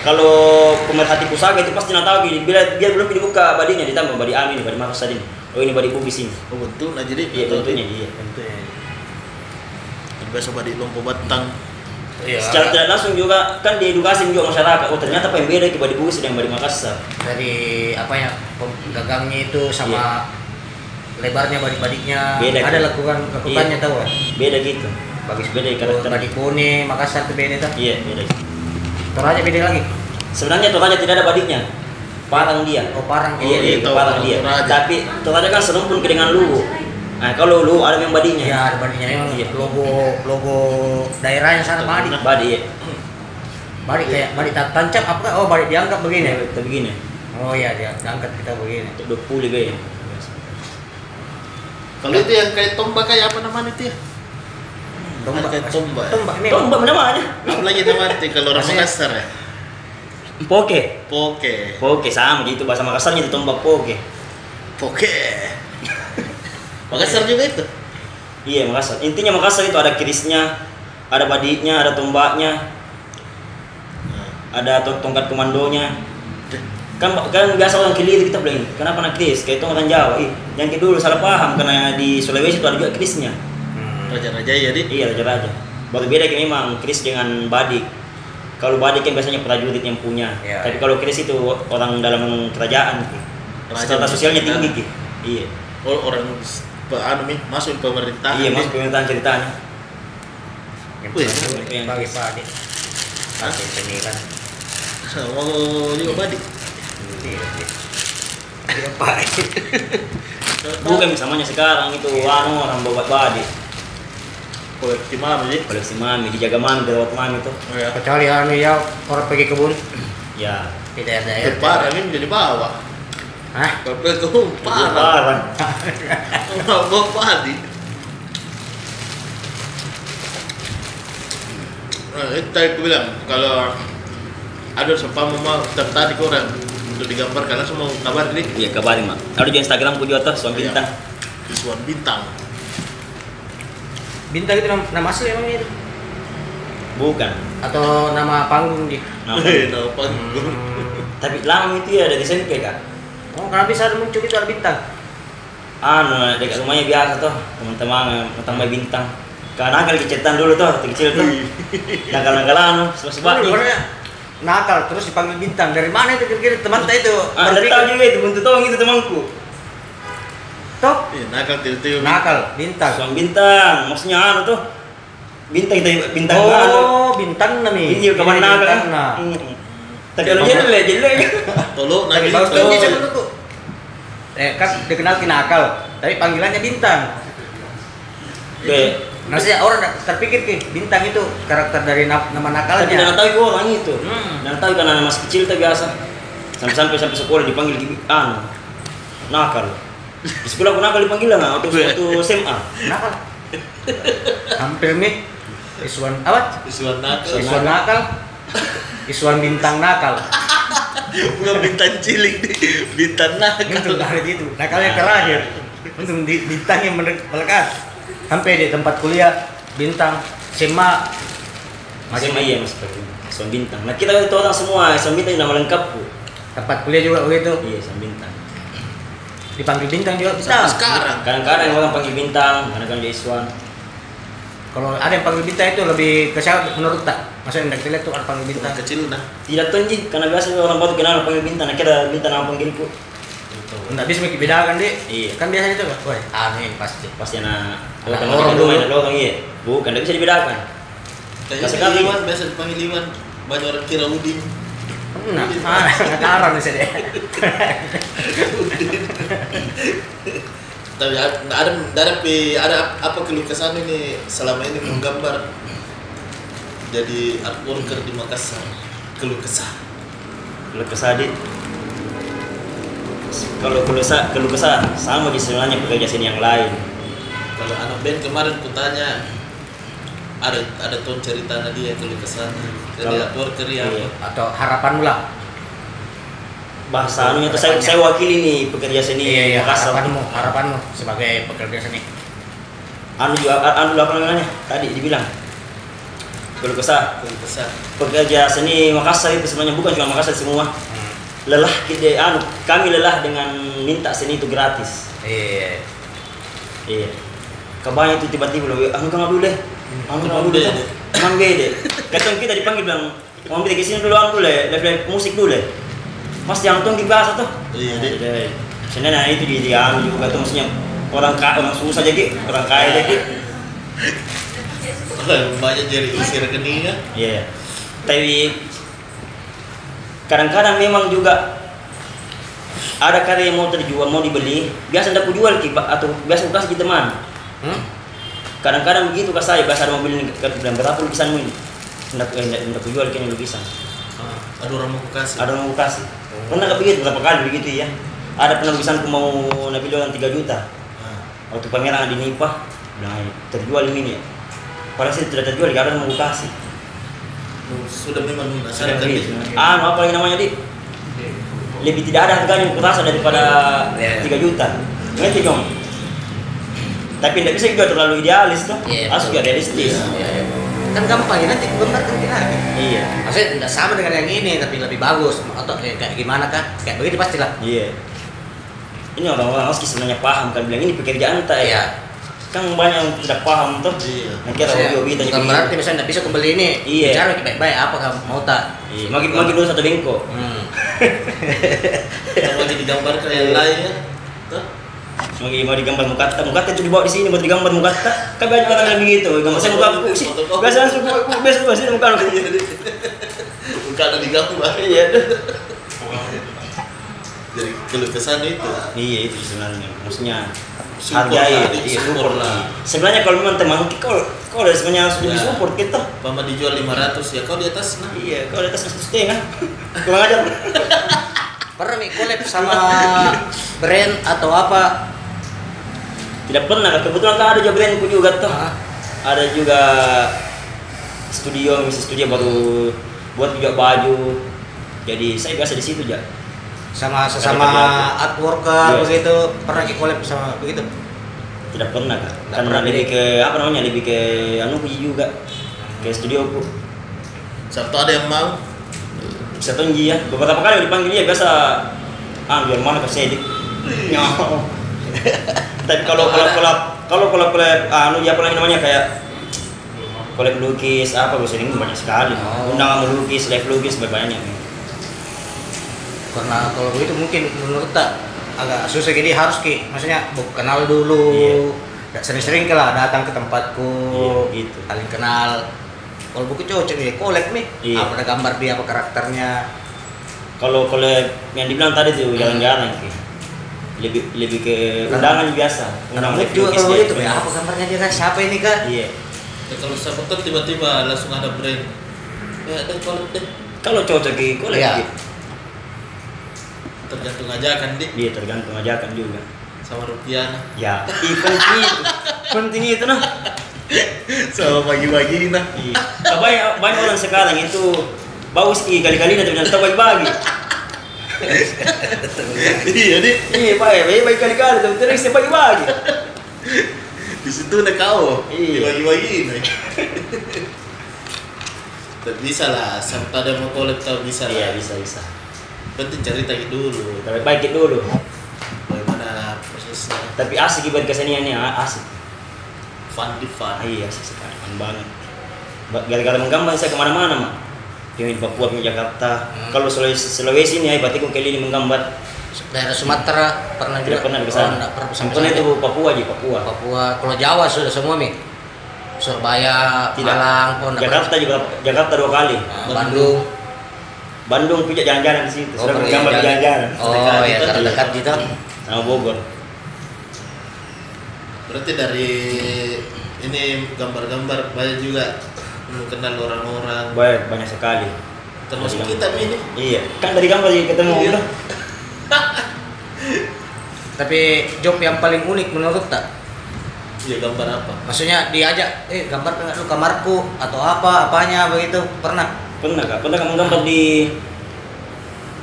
[SPEAKER 3] kalau pemerhati pusaka itu pasti nak tahu gitu. Bila dia belum dibuka badinya ditambah badi Anu ini, badi Makassar ini. Oh ini badi Bugis ini.
[SPEAKER 1] Oh, untung nah jadi
[SPEAKER 3] Iya,
[SPEAKER 1] atau-
[SPEAKER 3] tentunya iya.
[SPEAKER 1] Biasa badik lompo batang.
[SPEAKER 2] iya
[SPEAKER 3] Ya. Secara tidak langsung juga kan diedukasi juga masyarakat. Oh ternyata apa yang beda daripada Bugis dan dari Makassar.
[SPEAKER 2] dari apa ya pem- gagangnya itu sama lebarnya badik badiknya
[SPEAKER 3] Iya. Beda,
[SPEAKER 2] ada
[SPEAKER 3] Ki.
[SPEAKER 2] lakukan lakukannya
[SPEAKER 3] Iya.
[SPEAKER 2] tahu kan
[SPEAKER 3] Beda gitu.
[SPEAKER 2] bagus
[SPEAKER 3] Beda karakter.
[SPEAKER 2] badik kone makassar tuh beda tuh
[SPEAKER 3] Iya beda.
[SPEAKER 2] toraja beda lagi
[SPEAKER 3] Sebenarnya Toraja tidak ada badiknya. Parang dia.
[SPEAKER 2] oh parang
[SPEAKER 3] iya, iya,
[SPEAKER 1] itu,
[SPEAKER 3] parang dia.
[SPEAKER 1] Toraja.
[SPEAKER 3] Tapi Toraja kan serumpun ke dengan Luwu. Nah kalau Luwu ada yang
[SPEAKER 2] Iya,
[SPEAKER 3] badiknya.
[SPEAKER 2] ada badiknya memang
[SPEAKER 3] Iya.
[SPEAKER 2] logo logo daerahnya sana badik
[SPEAKER 3] Badik.
[SPEAKER 2] badik kayak badik tak tancap apa oh badik diangkat
[SPEAKER 3] Iya.
[SPEAKER 2] begini
[SPEAKER 3] Kita begini.
[SPEAKER 2] oh iya dia diangkat kita begini
[SPEAKER 3] Dua puluh gaya.
[SPEAKER 1] Kalau itu yang kayak tombak kayak apa namanya itu ya?
[SPEAKER 2] tombak
[SPEAKER 1] Pakai tombak.
[SPEAKER 2] tombak ini
[SPEAKER 3] Tombak namanya.
[SPEAKER 1] Apa lagi namanya itu kalau orang
[SPEAKER 2] Maksudnya-
[SPEAKER 1] Makassar ya?
[SPEAKER 3] Poke.
[SPEAKER 1] Poke.
[SPEAKER 3] Poke sama gitu bahasa Makassarnya itu tombak poke.
[SPEAKER 1] Poke. Makassar juga itu.
[SPEAKER 3] Iya Makassar. Intinya Makassar itu ada kirisnya, ada badiknya, ada tombaknya,
[SPEAKER 1] Nah,
[SPEAKER 3] ada to- tongkat komandonya. Kan kan biasa orang kilir kita bilang, kenapa nak kris? Kayak itu orang Jawa. Ih, yang itu dulu salah paham karena di Sulawesi itu ada juga krisnya.
[SPEAKER 2] Hmm.
[SPEAKER 1] Raja-raja ya, Dik.
[SPEAKER 3] Iya raja raja. Baru beda kayak memang kris dengan badik. Kalau badik kan biasanya prajurit yang punya.
[SPEAKER 2] Iya.
[SPEAKER 3] Tapi kalau kris itu orang dalam kerajaan gitu.
[SPEAKER 1] Raja.
[SPEAKER 3] Strata sosialnya tinggi gitu. Iya.
[SPEAKER 1] Oh, orang pe- anu nih masuk pemerintahan.
[SPEAKER 3] Iya,
[SPEAKER 1] Dik.
[SPEAKER 3] mas pemerintahan ceritanya.
[SPEAKER 1] Wih,
[SPEAKER 2] bagi badik pakai cemilan
[SPEAKER 1] Mau juga badik.
[SPEAKER 2] Iya, Pak.
[SPEAKER 3] Bukan samanya sekarang itu anu orang bawa badik.
[SPEAKER 1] Koleksi mami, Dik.
[SPEAKER 3] koleksi mami dijaga mami dirawat mami tuh
[SPEAKER 1] Oh, ya.
[SPEAKER 2] kecuali anu ya orang pergi kebun
[SPEAKER 3] ya
[SPEAKER 2] di daerah daerah
[SPEAKER 1] Parah ini jadi bawa.
[SPEAKER 2] Hah?
[SPEAKER 1] Kalau kau parah. Bawa badik. Nah, itu tadi aku bilang kalau ada sempat mau tertarik orang untuk digambarkan langsung mau kabar nih
[SPEAKER 3] iya kabarin mak ada di instagram ku juga tuh soal
[SPEAKER 1] Iya.
[SPEAKER 3] bintang
[SPEAKER 1] Visual bintang.
[SPEAKER 2] Bintang itu nam- nama asli emang itu
[SPEAKER 3] Bukan.
[SPEAKER 2] atau nama panggung di.
[SPEAKER 3] Nah,
[SPEAKER 1] Hei, nama panggung.
[SPEAKER 2] Hmm.
[SPEAKER 3] tapi lama itu ya dari SMP kak.
[SPEAKER 2] Oh, kenapa bisa ada muncul itu ada bintang?
[SPEAKER 3] Anu, dekat rumahnya biasa toh teman-teman eh, tambah bintang. Karena kan kecetan dulu toh, waktu kecil
[SPEAKER 1] Hmm.
[SPEAKER 3] tuh. Nakal-nakal anu, sebab-sebab.
[SPEAKER 2] Dulu sebenarnya nakal terus dipanggil bintang. Dari mana itu kira-kira teman tak itu?
[SPEAKER 3] Ah,
[SPEAKER 2] Berpikir,
[SPEAKER 3] nggak tahu juga itu bentuk tolong itu temanku.
[SPEAKER 2] Tok.
[SPEAKER 1] Iya, nakal tiba-tiba.
[SPEAKER 2] Nakal, bintang.
[SPEAKER 3] Suang bintang, maksudnya anu tuh. Bintang kita bintang
[SPEAKER 2] oh,
[SPEAKER 3] anu.
[SPEAKER 2] bintang nami.
[SPEAKER 3] Ini kawan nakal kan.
[SPEAKER 2] Bintang, nah.
[SPEAKER 3] Mm-mm. Tapi kalau jadi jelek, jelek.
[SPEAKER 1] Tolong
[SPEAKER 2] Tapi
[SPEAKER 1] lagi.
[SPEAKER 2] bagus tuh,
[SPEAKER 1] tolong.
[SPEAKER 2] bisa dulu tuh. Eh, kan dikenal kinakal, tapi panggilannya bintang.
[SPEAKER 3] Be,
[SPEAKER 2] Maksudnya orang nggak terpikir ki, bintang itu karakter dari na- nama
[SPEAKER 3] tapi
[SPEAKER 2] nakalnya.
[SPEAKER 3] tidak tahu itu orang itu.
[SPEAKER 2] Hmm.
[SPEAKER 3] Dan tahu karena masih kecil tuh biasa. Sampai-sampai sampai sekolah dipanggil gibi anu. Nakal. Di sekolah aku nakal dipanggil lah waktu waktu SMA.
[SPEAKER 2] Nakal. Hampir nih. Iswan apa?
[SPEAKER 1] Visual nakal.
[SPEAKER 2] Iswan nakal. Iswan bintang nakal.
[SPEAKER 1] Bukan bintang cilik nih. Bintang nakal.
[SPEAKER 2] Untung hari itu. Nakalnya terakhir. Untung di- bintang yang mende- melekat. Sampai di tempat kuliah bintang SMA masih
[SPEAKER 3] Masih SMA iya masih pakai. Suang bintang. Nah kita itu orang semua suang bintang nama lengkapku.
[SPEAKER 2] tempat kuliah juga begitu
[SPEAKER 3] Iya suang bintang.
[SPEAKER 2] dipanggil bintang juga
[SPEAKER 1] Sampai
[SPEAKER 2] bisa
[SPEAKER 1] Nah, sekarang.
[SPEAKER 3] Kadang-kadang orang panggil bintang, kadang-kadang dia Iswan.
[SPEAKER 2] kalau ada yang panggil bintang itu lebih ke siapa menurut tak maksudnya yang kecil itu ada panggil
[SPEAKER 1] Bintang
[SPEAKER 2] bintang
[SPEAKER 1] kecil nah.
[SPEAKER 3] Tidak tuh anjing, karena biasa orang baru kenal panggil bintang. Nah kita bintang nama panggilku.
[SPEAKER 2] nggak bisa dibedakan deh
[SPEAKER 3] Iya.
[SPEAKER 2] kan biasanya itu kan wah aneh pasti
[SPEAKER 3] Pasti anak
[SPEAKER 2] Anak
[SPEAKER 3] orang
[SPEAKER 2] lorong
[SPEAKER 3] orang
[SPEAKER 2] dulu.
[SPEAKER 3] dulu, anak lorong iya. Bukan, tidak bisa dibedakan.
[SPEAKER 1] Kayak
[SPEAKER 3] Masuk kali.
[SPEAKER 1] Iwan, biasa dipanggil Iwan. Banyak orang kira Udin.
[SPEAKER 2] nah ah, ngataran bisa deh
[SPEAKER 1] Tapi ada ada ada, pe- ada apa keluh kesah ini selama ini menggambar jadi art worker di Makassar keluh kesah
[SPEAKER 3] Keluh kesah Dit. Kalau keluh kesah, keluh kesah sama di sebenarnya pekerja seni yang lain.
[SPEAKER 1] kalau anak band kemarin ku tanya ada ada tuh cerita dia keluh kesahnya jadi
[SPEAKER 3] Kalau-
[SPEAKER 1] art worker ya
[SPEAKER 3] Iya.
[SPEAKER 2] atau harapan ulang
[SPEAKER 3] Bahasa anunya tuh saya, saya wakili nih pekerja seni
[SPEAKER 2] Iya,
[SPEAKER 3] Makassar.
[SPEAKER 2] harapanmu harapanmu sebagai pekerja seni
[SPEAKER 3] Anu juga anu apa namanya? Tadi dibilang. Keluh kesah
[SPEAKER 1] keluh kesah
[SPEAKER 3] pekerja seni Makassar itu sebenarnya bukan cuma Makassar semua.
[SPEAKER 2] Hmm.
[SPEAKER 3] Lelah kita anu kami lelah dengan minta seni itu gratis.
[SPEAKER 2] iya
[SPEAKER 3] Iya. Kabarnya itu tiba-tiba loh, anu kan dulu deh. Anu kan dulu deh. Mang deh. Katong kita dipanggil bilang, "Mang kita ke sini dulu anu dulu deh, live live musik dulu deh." Mas yang tuh bahasa tuh.
[SPEAKER 1] Iya, Dek.
[SPEAKER 3] deh. Sebenarnya nah, itu di di anu juga tuh maksudnya orang kaya orang susah jadi orang kaya jadi.
[SPEAKER 1] banyak jadi isi rekeningnya
[SPEAKER 3] Iya. Tapi kadang-kadang memang juga ada karya yang mau terjual mau dibeli biasa ndak ku jual ki, atau biasa ku kasih ke teman
[SPEAKER 2] hmm?
[SPEAKER 3] kadang-kadang begitu kak saya biasa ada mau beli kan bilang berapa lukisanmu ini hendak hendak hendak ku jual kini lukisan Ah.
[SPEAKER 1] ada orang mau ku kasih
[SPEAKER 3] ada yang mau kasih pernah nggak begitu berapa kali begitu ya ada pernah lukisanku mau nabi orang 3 juta
[SPEAKER 1] Ah,
[SPEAKER 3] waktu pangeran ada di Nipah bilang "Ay, terjual ini nih padahal sih tidak terjual gak ada yang mau ku kasih
[SPEAKER 1] Oh, sudah memang menasaran
[SPEAKER 3] Sudah beli.
[SPEAKER 1] tapi
[SPEAKER 3] ah apa lagi namanya di lebih tidak ada harganya yang kurasa daripada
[SPEAKER 2] Iya.
[SPEAKER 3] 3 juta ngerti dong tapi tidak bisa juga terlalu idealis tuh
[SPEAKER 2] Iya,
[SPEAKER 3] harus juga realistis
[SPEAKER 2] Iya, iya. kan gampang ya nanti gambar kan kita
[SPEAKER 3] iya
[SPEAKER 2] maksudnya tidak sama dengan yang ini tapi lebih bagus atau kayak, kayak gimana kan kayak begitu pastilah
[SPEAKER 3] Iya. Ini orang-orang Oski sebenarnya paham kan bilang ini pekerjaan tak ya.
[SPEAKER 2] iya
[SPEAKER 3] Kan banyak yang tidak paham tuh.
[SPEAKER 1] Iya.
[SPEAKER 3] Nanti ada
[SPEAKER 2] Maksudnya,
[SPEAKER 3] hobi hobi tanya
[SPEAKER 2] bukan berarti misalnya tidak bisa kembali ini
[SPEAKER 3] Iya.
[SPEAKER 2] bicara baik-baik apa kamu mau tak
[SPEAKER 3] Iya, makin makin dulu satu bengkok.
[SPEAKER 2] hmm.
[SPEAKER 1] kalau lagi digambarkan yang lain ya Tuh.
[SPEAKER 3] Makin mau digambar mukata, mukata itu dibawa di sini buat digambar mukata. Kan banyak orang yang begitu. Gambar saya muka aku sih. Biasa langsung muka aku, biasa biasa muka aku.
[SPEAKER 1] bukan ada digambar
[SPEAKER 3] Iya.
[SPEAKER 1] jadi keluh kesah itu
[SPEAKER 3] Iya itu sebenarnya. Maksudnya
[SPEAKER 1] Support lah,
[SPEAKER 3] hargai,
[SPEAKER 1] di-
[SPEAKER 3] iya
[SPEAKER 1] support
[SPEAKER 3] support
[SPEAKER 1] lah.
[SPEAKER 3] lah. Sebenarnya kalau memang teman kau kau udah sebenarnya harus
[SPEAKER 1] Ya.
[SPEAKER 3] di support kita.
[SPEAKER 1] Pama dijual 500 ya kau di atas nah.
[SPEAKER 3] Iya, kau udah atas satu setengah. Kurang ajar.
[SPEAKER 2] pernah nih collab sama brand atau apa
[SPEAKER 3] Tidak pernah, Kak. kebetulan kan ada juga brandku juga tuh.
[SPEAKER 2] Hah?
[SPEAKER 3] Ada juga studio, misalnya studio baru buat juga baju. Jadi saya biasa di situ aja.
[SPEAKER 2] sama sesama art worker
[SPEAKER 3] Iya.
[SPEAKER 2] begitu pernah nih collab sama begitu
[SPEAKER 3] tidak pernah kak
[SPEAKER 2] Tidak
[SPEAKER 3] karena
[SPEAKER 2] pernah. ya?
[SPEAKER 3] lebih ke apa namanya lebih ke anu ku juga ke studio ku
[SPEAKER 1] Sabtu ada yang mau
[SPEAKER 3] saya tinggi ya beberapa kali dipanggil dia biasa ah biar mana kau sedik Nyawa. tapi kalau kalau kalau kalau kalau kolab anu ya apa lagi namanya kayak kolab lukis apa biasanya ini banyak sekali
[SPEAKER 2] Oh.
[SPEAKER 3] undangan melukis live lukis banyak
[SPEAKER 2] karena kalau begitu mungkin menurut tak agak susah jadi harus ki maksudnya bu- kenal dulu
[SPEAKER 3] Iya.
[SPEAKER 2] Nggak sering-sering ke lah datang ke tempatku
[SPEAKER 3] Iya, gitu.
[SPEAKER 2] saling kenal kalau buku cocok nih kolek nih
[SPEAKER 3] Iya.
[SPEAKER 2] apa ada gambar dia apa karakternya
[SPEAKER 3] kalau kalau yang dibilang tadi tuh jarang-jarang sih lebih lebih ke undangan biasa
[SPEAKER 2] karena
[SPEAKER 3] undangan
[SPEAKER 2] mood
[SPEAKER 3] live
[SPEAKER 2] juga
[SPEAKER 3] lukis
[SPEAKER 2] kalau
[SPEAKER 3] dia.
[SPEAKER 2] begitu ya apa gambarnya dia kah? siapa ini kak
[SPEAKER 3] iya
[SPEAKER 1] Ya, kalau sabotan tiba-tiba langsung ada brand ya deh kalau deh
[SPEAKER 3] kalau cocok ke kolab
[SPEAKER 2] Iya.
[SPEAKER 3] gitu.
[SPEAKER 1] tergantung aja kan deh
[SPEAKER 3] dia tergantung ajakan juga
[SPEAKER 1] sama rupiah
[SPEAKER 2] Iya.
[SPEAKER 3] ya ih, penting itu penting itu nah
[SPEAKER 1] sama pagi-pagi nah
[SPEAKER 3] Iya. Nah, banyak banyak orang sekarang itu bau ski kali-kali nanti bilang tahu bagi
[SPEAKER 1] iya deh
[SPEAKER 3] Iya, baik, baik, baik kali-kali tapi terus saya bagi-bagi.
[SPEAKER 1] di situ nih kau
[SPEAKER 3] Iya.
[SPEAKER 1] dibagi-bagiin eh. tapi bisa lah Sabtu ada yang mau collab tahu bisa lah
[SPEAKER 3] Iya, bisa, bisa.
[SPEAKER 1] penting cerita dulu
[SPEAKER 3] Tapi baik dulu.
[SPEAKER 1] bagaimana prosesnya
[SPEAKER 3] Tapi asik ibarat keseniannya, asik.
[SPEAKER 1] fun di fun
[SPEAKER 3] Ah, Iya, asik sekali, fun banget. Ba- Gara-gara menggambar saya kemana-mana, mak. Dia di Papua, di Jakarta.
[SPEAKER 2] Hmm.
[SPEAKER 3] Kalau Sulawesi, Sulawesi ini, ya, berarti aku kali ini menggambar.
[SPEAKER 2] daerah Sumatera pernah
[SPEAKER 3] Tidak
[SPEAKER 2] juga?
[SPEAKER 3] pernah
[SPEAKER 2] Oh,
[SPEAKER 3] ke sana.
[SPEAKER 2] nggak pernah sampai
[SPEAKER 3] Contohnya
[SPEAKER 2] sana. Oh,
[SPEAKER 3] itu Papua aja, Papua.
[SPEAKER 2] Papua kalau Jawa sudah semua mi Surabaya
[SPEAKER 3] Tidak.
[SPEAKER 2] Malang oh, nggak pernah.
[SPEAKER 3] Jakarta juga, Jakarta dua kali.
[SPEAKER 2] Nah, Bandung oh,
[SPEAKER 3] Bandung pijak jalan-jalan di situ. Sudah
[SPEAKER 2] pernah
[SPEAKER 3] menggambar di jalan-jalan.
[SPEAKER 2] oh ya terdekat gitu
[SPEAKER 3] Sama Bogor.
[SPEAKER 1] berarti dari ini gambar-gambar banyak juga mengenal orang-orang
[SPEAKER 3] Banyak, banyak sekali.
[SPEAKER 1] termasuk
[SPEAKER 3] Dari
[SPEAKER 1] kita
[SPEAKER 3] gambar.
[SPEAKER 1] ini
[SPEAKER 3] Iya, kan dari gambar jadi ketemu
[SPEAKER 1] Iya.
[SPEAKER 3] udah.
[SPEAKER 2] tapi job yang paling unik menurut tak
[SPEAKER 1] ya gambar apa
[SPEAKER 2] maksudnya diajak eh gambar nggak lu kamarku atau apa apanya begitu pernah
[SPEAKER 3] Pernah kak, pernah kamu gambar di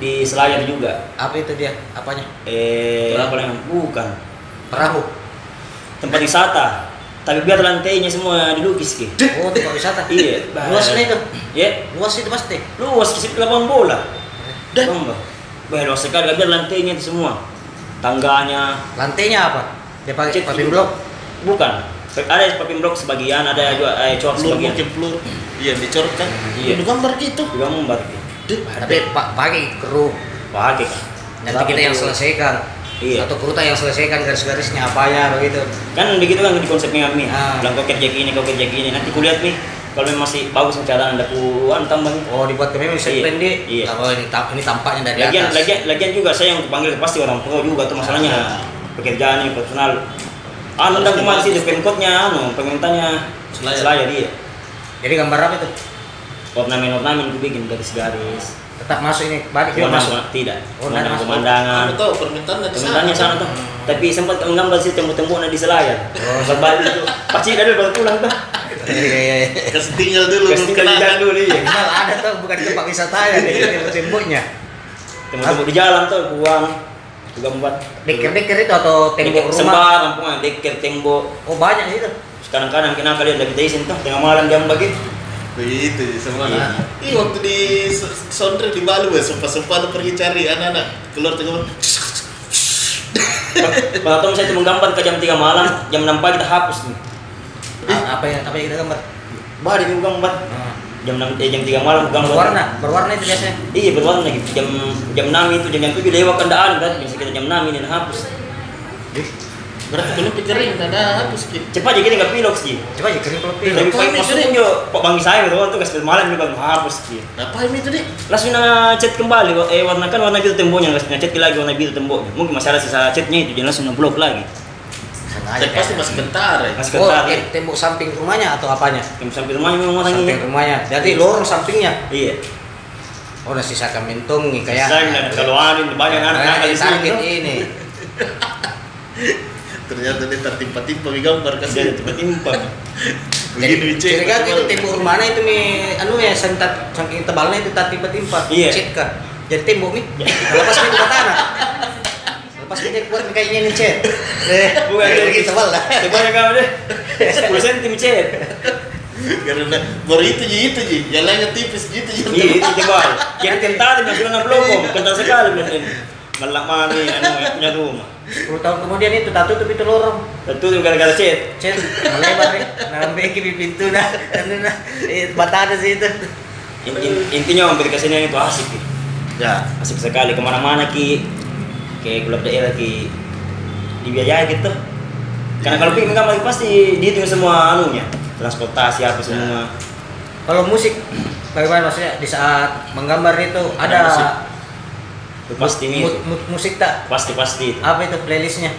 [SPEAKER 3] di Selayar juga.
[SPEAKER 2] apa itu dia apanya
[SPEAKER 3] Eh,
[SPEAKER 1] Perahu.
[SPEAKER 3] apa yang bukan
[SPEAKER 2] perahu
[SPEAKER 3] tempat wisata. Tapi biar lantainya semua dilukis ki.
[SPEAKER 2] oh tempat wisata
[SPEAKER 3] Iya.
[SPEAKER 2] luas nih itu
[SPEAKER 3] Ya,
[SPEAKER 2] luas itu pasti
[SPEAKER 3] luas ke situ lapangan
[SPEAKER 2] Eh,
[SPEAKER 3] bola.
[SPEAKER 1] Dan-
[SPEAKER 3] Gambar. Wah, luas sekali. Biar lantainya itu semua. Tangganya
[SPEAKER 2] lantainya apa dia pakai
[SPEAKER 3] Cek
[SPEAKER 2] paving
[SPEAKER 3] dulu.
[SPEAKER 2] blok
[SPEAKER 3] bukan. Ada papin blok sebagian, ada juga eh, cuap
[SPEAKER 1] pelur
[SPEAKER 3] sebagian.
[SPEAKER 1] mungkin pelur iya dicoret kan
[SPEAKER 3] Iya.
[SPEAKER 1] Ini gambar gitu
[SPEAKER 3] Juga membar.
[SPEAKER 1] deh
[SPEAKER 2] tapi pak pakai kru
[SPEAKER 3] Pakai kak.
[SPEAKER 2] nanti kita yang selesaikan
[SPEAKER 3] Iya.
[SPEAKER 2] atau kru tak yang selesaikan garis-garisnya apanya ya, begitu
[SPEAKER 3] kan begitu kan di konsep Mia Mi
[SPEAKER 2] Ah.
[SPEAKER 3] bilang kau kerja gini kau kerja gini nanti kulihat nih kalau memang masih bagus cara anda kuan tambahnya
[SPEAKER 2] oh dibuat kami
[SPEAKER 3] Iya,
[SPEAKER 2] misalnya pendek
[SPEAKER 3] iya.
[SPEAKER 2] Lah, oh, ini, tam- ini tampaknya dari
[SPEAKER 3] lagian
[SPEAKER 2] atas
[SPEAKER 3] lagian lagian juga saya yang panggil pasti orang pro juga tuh masalahnya
[SPEAKER 1] Ah.
[SPEAKER 3] pekerjaan yang personal anu dan cuma sih depan nya anu permintaannya
[SPEAKER 1] Selayar.
[SPEAKER 3] selayar iya. dia
[SPEAKER 2] jadi gambar apa itu
[SPEAKER 3] ornamen ornamen gue bikin garis garis
[SPEAKER 2] tetap masuk ini balik dia masuk
[SPEAKER 3] Pemandangan- tidak
[SPEAKER 2] Oh,
[SPEAKER 3] Pemandangan-
[SPEAKER 2] masuk.
[SPEAKER 3] pemandangan
[SPEAKER 1] kamu tahu permintaannya di sana
[SPEAKER 3] Sebenarnya Nah. sana tuh, tapi sempat menggambar sih tembok-tembok di Selayar.
[SPEAKER 2] Oh.
[SPEAKER 3] Berbalik tuh, pasti ada baru pulang tuh.
[SPEAKER 2] Iya, iya, iya.
[SPEAKER 1] kasih tinggal dulu
[SPEAKER 3] Kasih
[SPEAKER 1] belum kena
[SPEAKER 3] kelindan dulu ya.
[SPEAKER 2] Padahal ada tuh bukan tempat wisata ya di tembok-temboknya.
[SPEAKER 3] tembok-tembok di jalan tuh buang juga membuat
[SPEAKER 2] Deker-deker itu atau tembok rumah.
[SPEAKER 3] sembar kampungan deker tembok
[SPEAKER 2] Oh banyak sih itu.
[SPEAKER 3] sekarang kadang kena kalian udah kita izin tuh tengah malam jam bagi
[SPEAKER 1] begitu sih semua
[SPEAKER 3] Iya.
[SPEAKER 1] nah. Ih, waktu di sondre di Bali weh sumpah-sumpah lu pergi cari anak-anak keluar tengok
[SPEAKER 3] kalau saya itu menggambar ke jam 3 malam jam 6 pagi kita hapus nih
[SPEAKER 2] A- Ah, Apa yang apa yang kita gambar? Ah,
[SPEAKER 3] balik nih gambar jam 6 eh, jam 3 malam gambar
[SPEAKER 2] Berwarna, berwarna itu biasanya.
[SPEAKER 3] iya berwarna gitu Eh, jam jam 6 itu jam jam 7 lewat kendaan kan bisa kita jam 6 ini nah, hapus
[SPEAKER 1] berarti belum pikirin karena hapus gitu
[SPEAKER 3] cepat aja kita nggak pilok sih
[SPEAKER 2] Coba aja kering kalau pilih.
[SPEAKER 3] tapi
[SPEAKER 1] kok
[SPEAKER 3] pagi
[SPEAKER 1] ini
[SPEAKER 3] masuk
[SPEAKER 1] sering?
[SPEAKER 3] yo kok bangi saya berwarna tuh kasih malam juga hapus gitu
[SPEAKER 1] ngapain itu deh
[SPEAKER 3] langsung na cat kembali wa- eh warna kan warna biru temboknya langsung na cat lagi warna biru temboknya mungkin masih ada sisa catnya itu jangan langsung na blok lagi
[SPEAKER 2] Sengaja.
[SPEAKER 1] dan pasti masih bentar ya
[SPEAKER 3] masih
[SPEAKER 2] Oh,
[SPEAKER 3] kental
[SPEAKER 2] eh,
[SPEAKER 3] ya.
[SPEAKER 2] tembok samping rumahnya atau apanya?
[SPEAKER 3] yang sampai rumahnya memang orangnya
[SPEAKER 2] Samping rumahnya. Jadi lorong sampingnya.
[SPEAKER 3] iya
[SPEAKER 2] Oh, udah sisa kementung nih kayak.
[SPEAKER 3] saya nggak ada keluarin banyak anak anak
[SPEAKER 2] Kayak
[SPEAKER 3] di sini
[SPEAKER 2] target
[SPEAKER 3] tuh.
[SPEAKER 2] ini.
[SPEAKER 1] ternyata dia tertimpa-timpa di gambar
[SPEAKER 3] dia ada
[SPEAKER 1] kasih
[SPEAKER 3] timpa-timpa
[SPEAKER 1] begini
[SPEAKER 2] Jadi,
[SPEAKER 1] Wice.
[SPEAKER 2] curiga itu tembok rumahnya itu mi, anu ya sentat saking tebalnya itu tak tiba-tiba
[SPEAKER 3] Iya.
[SPEAKER 2] cek kah. Jadi tembok mi, lepas mi tempat tanah. Lepas kita keluar kayaknya ini chat. Eh,
[SPEAKER 3] Bukan kayak gitu.
[SPEAKER 2] tebal lah.
[SPEAKER 3] Coba kau deh. 10 cm cet.
[SPEAKER 1] karena baru itu ji itu ji jalannya tipis gitu ji
[SPEAKER 3] Iya itu tebal. Kira tentara di nasional belum, kental sekali mungkin. Malak mani anu yang punya rumah.
[SPEAKER 2] 10 tahun kemudian itu tato tuh itu lorong.
[SPEAKER 3] Tentu itu gara-gara cet.
[SPEAKER 2] Chat melebar nih. Nambeki di pintu nah. Anu nah. Eh, batata sih itu.
[SPEAKER 3] In- in- Intinya hampir kesini itu asik. Ki.
[SPEAKER 1] ya
[SPEAKER 3] Asik sekali kemana-mana ki. Ke klub daerah ki. Dibiayai gitu. Karena kalau pikir kan pasti dihitung semua anunya. Transportasi apa semua.
[SPEAKER 2] Kalau musik bagaimana maksudnya di saat menggambar itu ada
[SPEAKER 1] Ada musik.
[SPEAKER 3] Itu pasti ini.
[SPEAKER 2] mu- mu- musik tak?
[SPEAKER 3] Pasti pasti itu.
[SPEAKER 2] Apa itu playlistnya?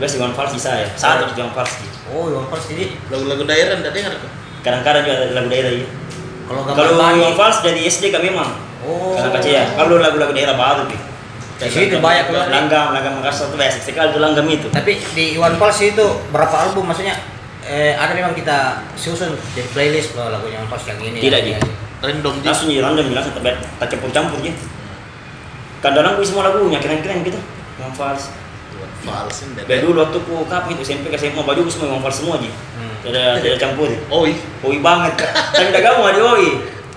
[SPEAKER 3] Biasa Iwan Fals bisa ya. Satu Iwan Fals. Ki.
[SPEAKER 2] Oh, yang first jadi
[SPEAKER 1] lagu-lagu daerah ndak dengar kok
[SPEAKER 3] Kadang-kadang juga ada lagu daerah ya.
[SPEAKER 2] kalau gambar
[SPEAKER 3] Kalau
[SPEAKER 2] bayi.
[SPEAKER 3] Iwan Fals dari SD kami memang.
[SPEAKER 2] Oh.
[SPEAKER 3] Karena kecil ya. Kalau lagu-lagu daerah baru nih.
[SPEAKER 2] Di situ banyak keluar.
[SPEAKER 3] Langgam, langgam Makassar itu basic sekali tuh langgam itu.
[SPEAKER 2] Tapi di Iwan Fals itu berapa album maksudnya? Eh, ada memang kita susun di playlist loh lagunya Iwan Fals yang ini.
[SPEAKER 3] Tidak,
[SPEAKER 2] yang ini,
[SPEAKER 3] Ji.
[SPEAKER 2] yang ini.
[SPEAKER 1] random ji
[SPEAKER 3] Langsung jadi langgam, langsung tak tak campur-campur ya. Kadang-kadang aku semua lagunya keren-keren gitu. Iwan Fals.
[SPEAKER 1] falsin
[SPEAKER 3] Dari dulu waktu aku kapan itu SMP ke SMA baju aku semua Iwan Fals semua aja.
[SPEAKER 2] Hmm.
[SPEAKER 3] Tidak tidak campur.
[SPEAKER 1] oi
[SPEAKER 3] Oi banget. Tapi tidak gabung ada oi.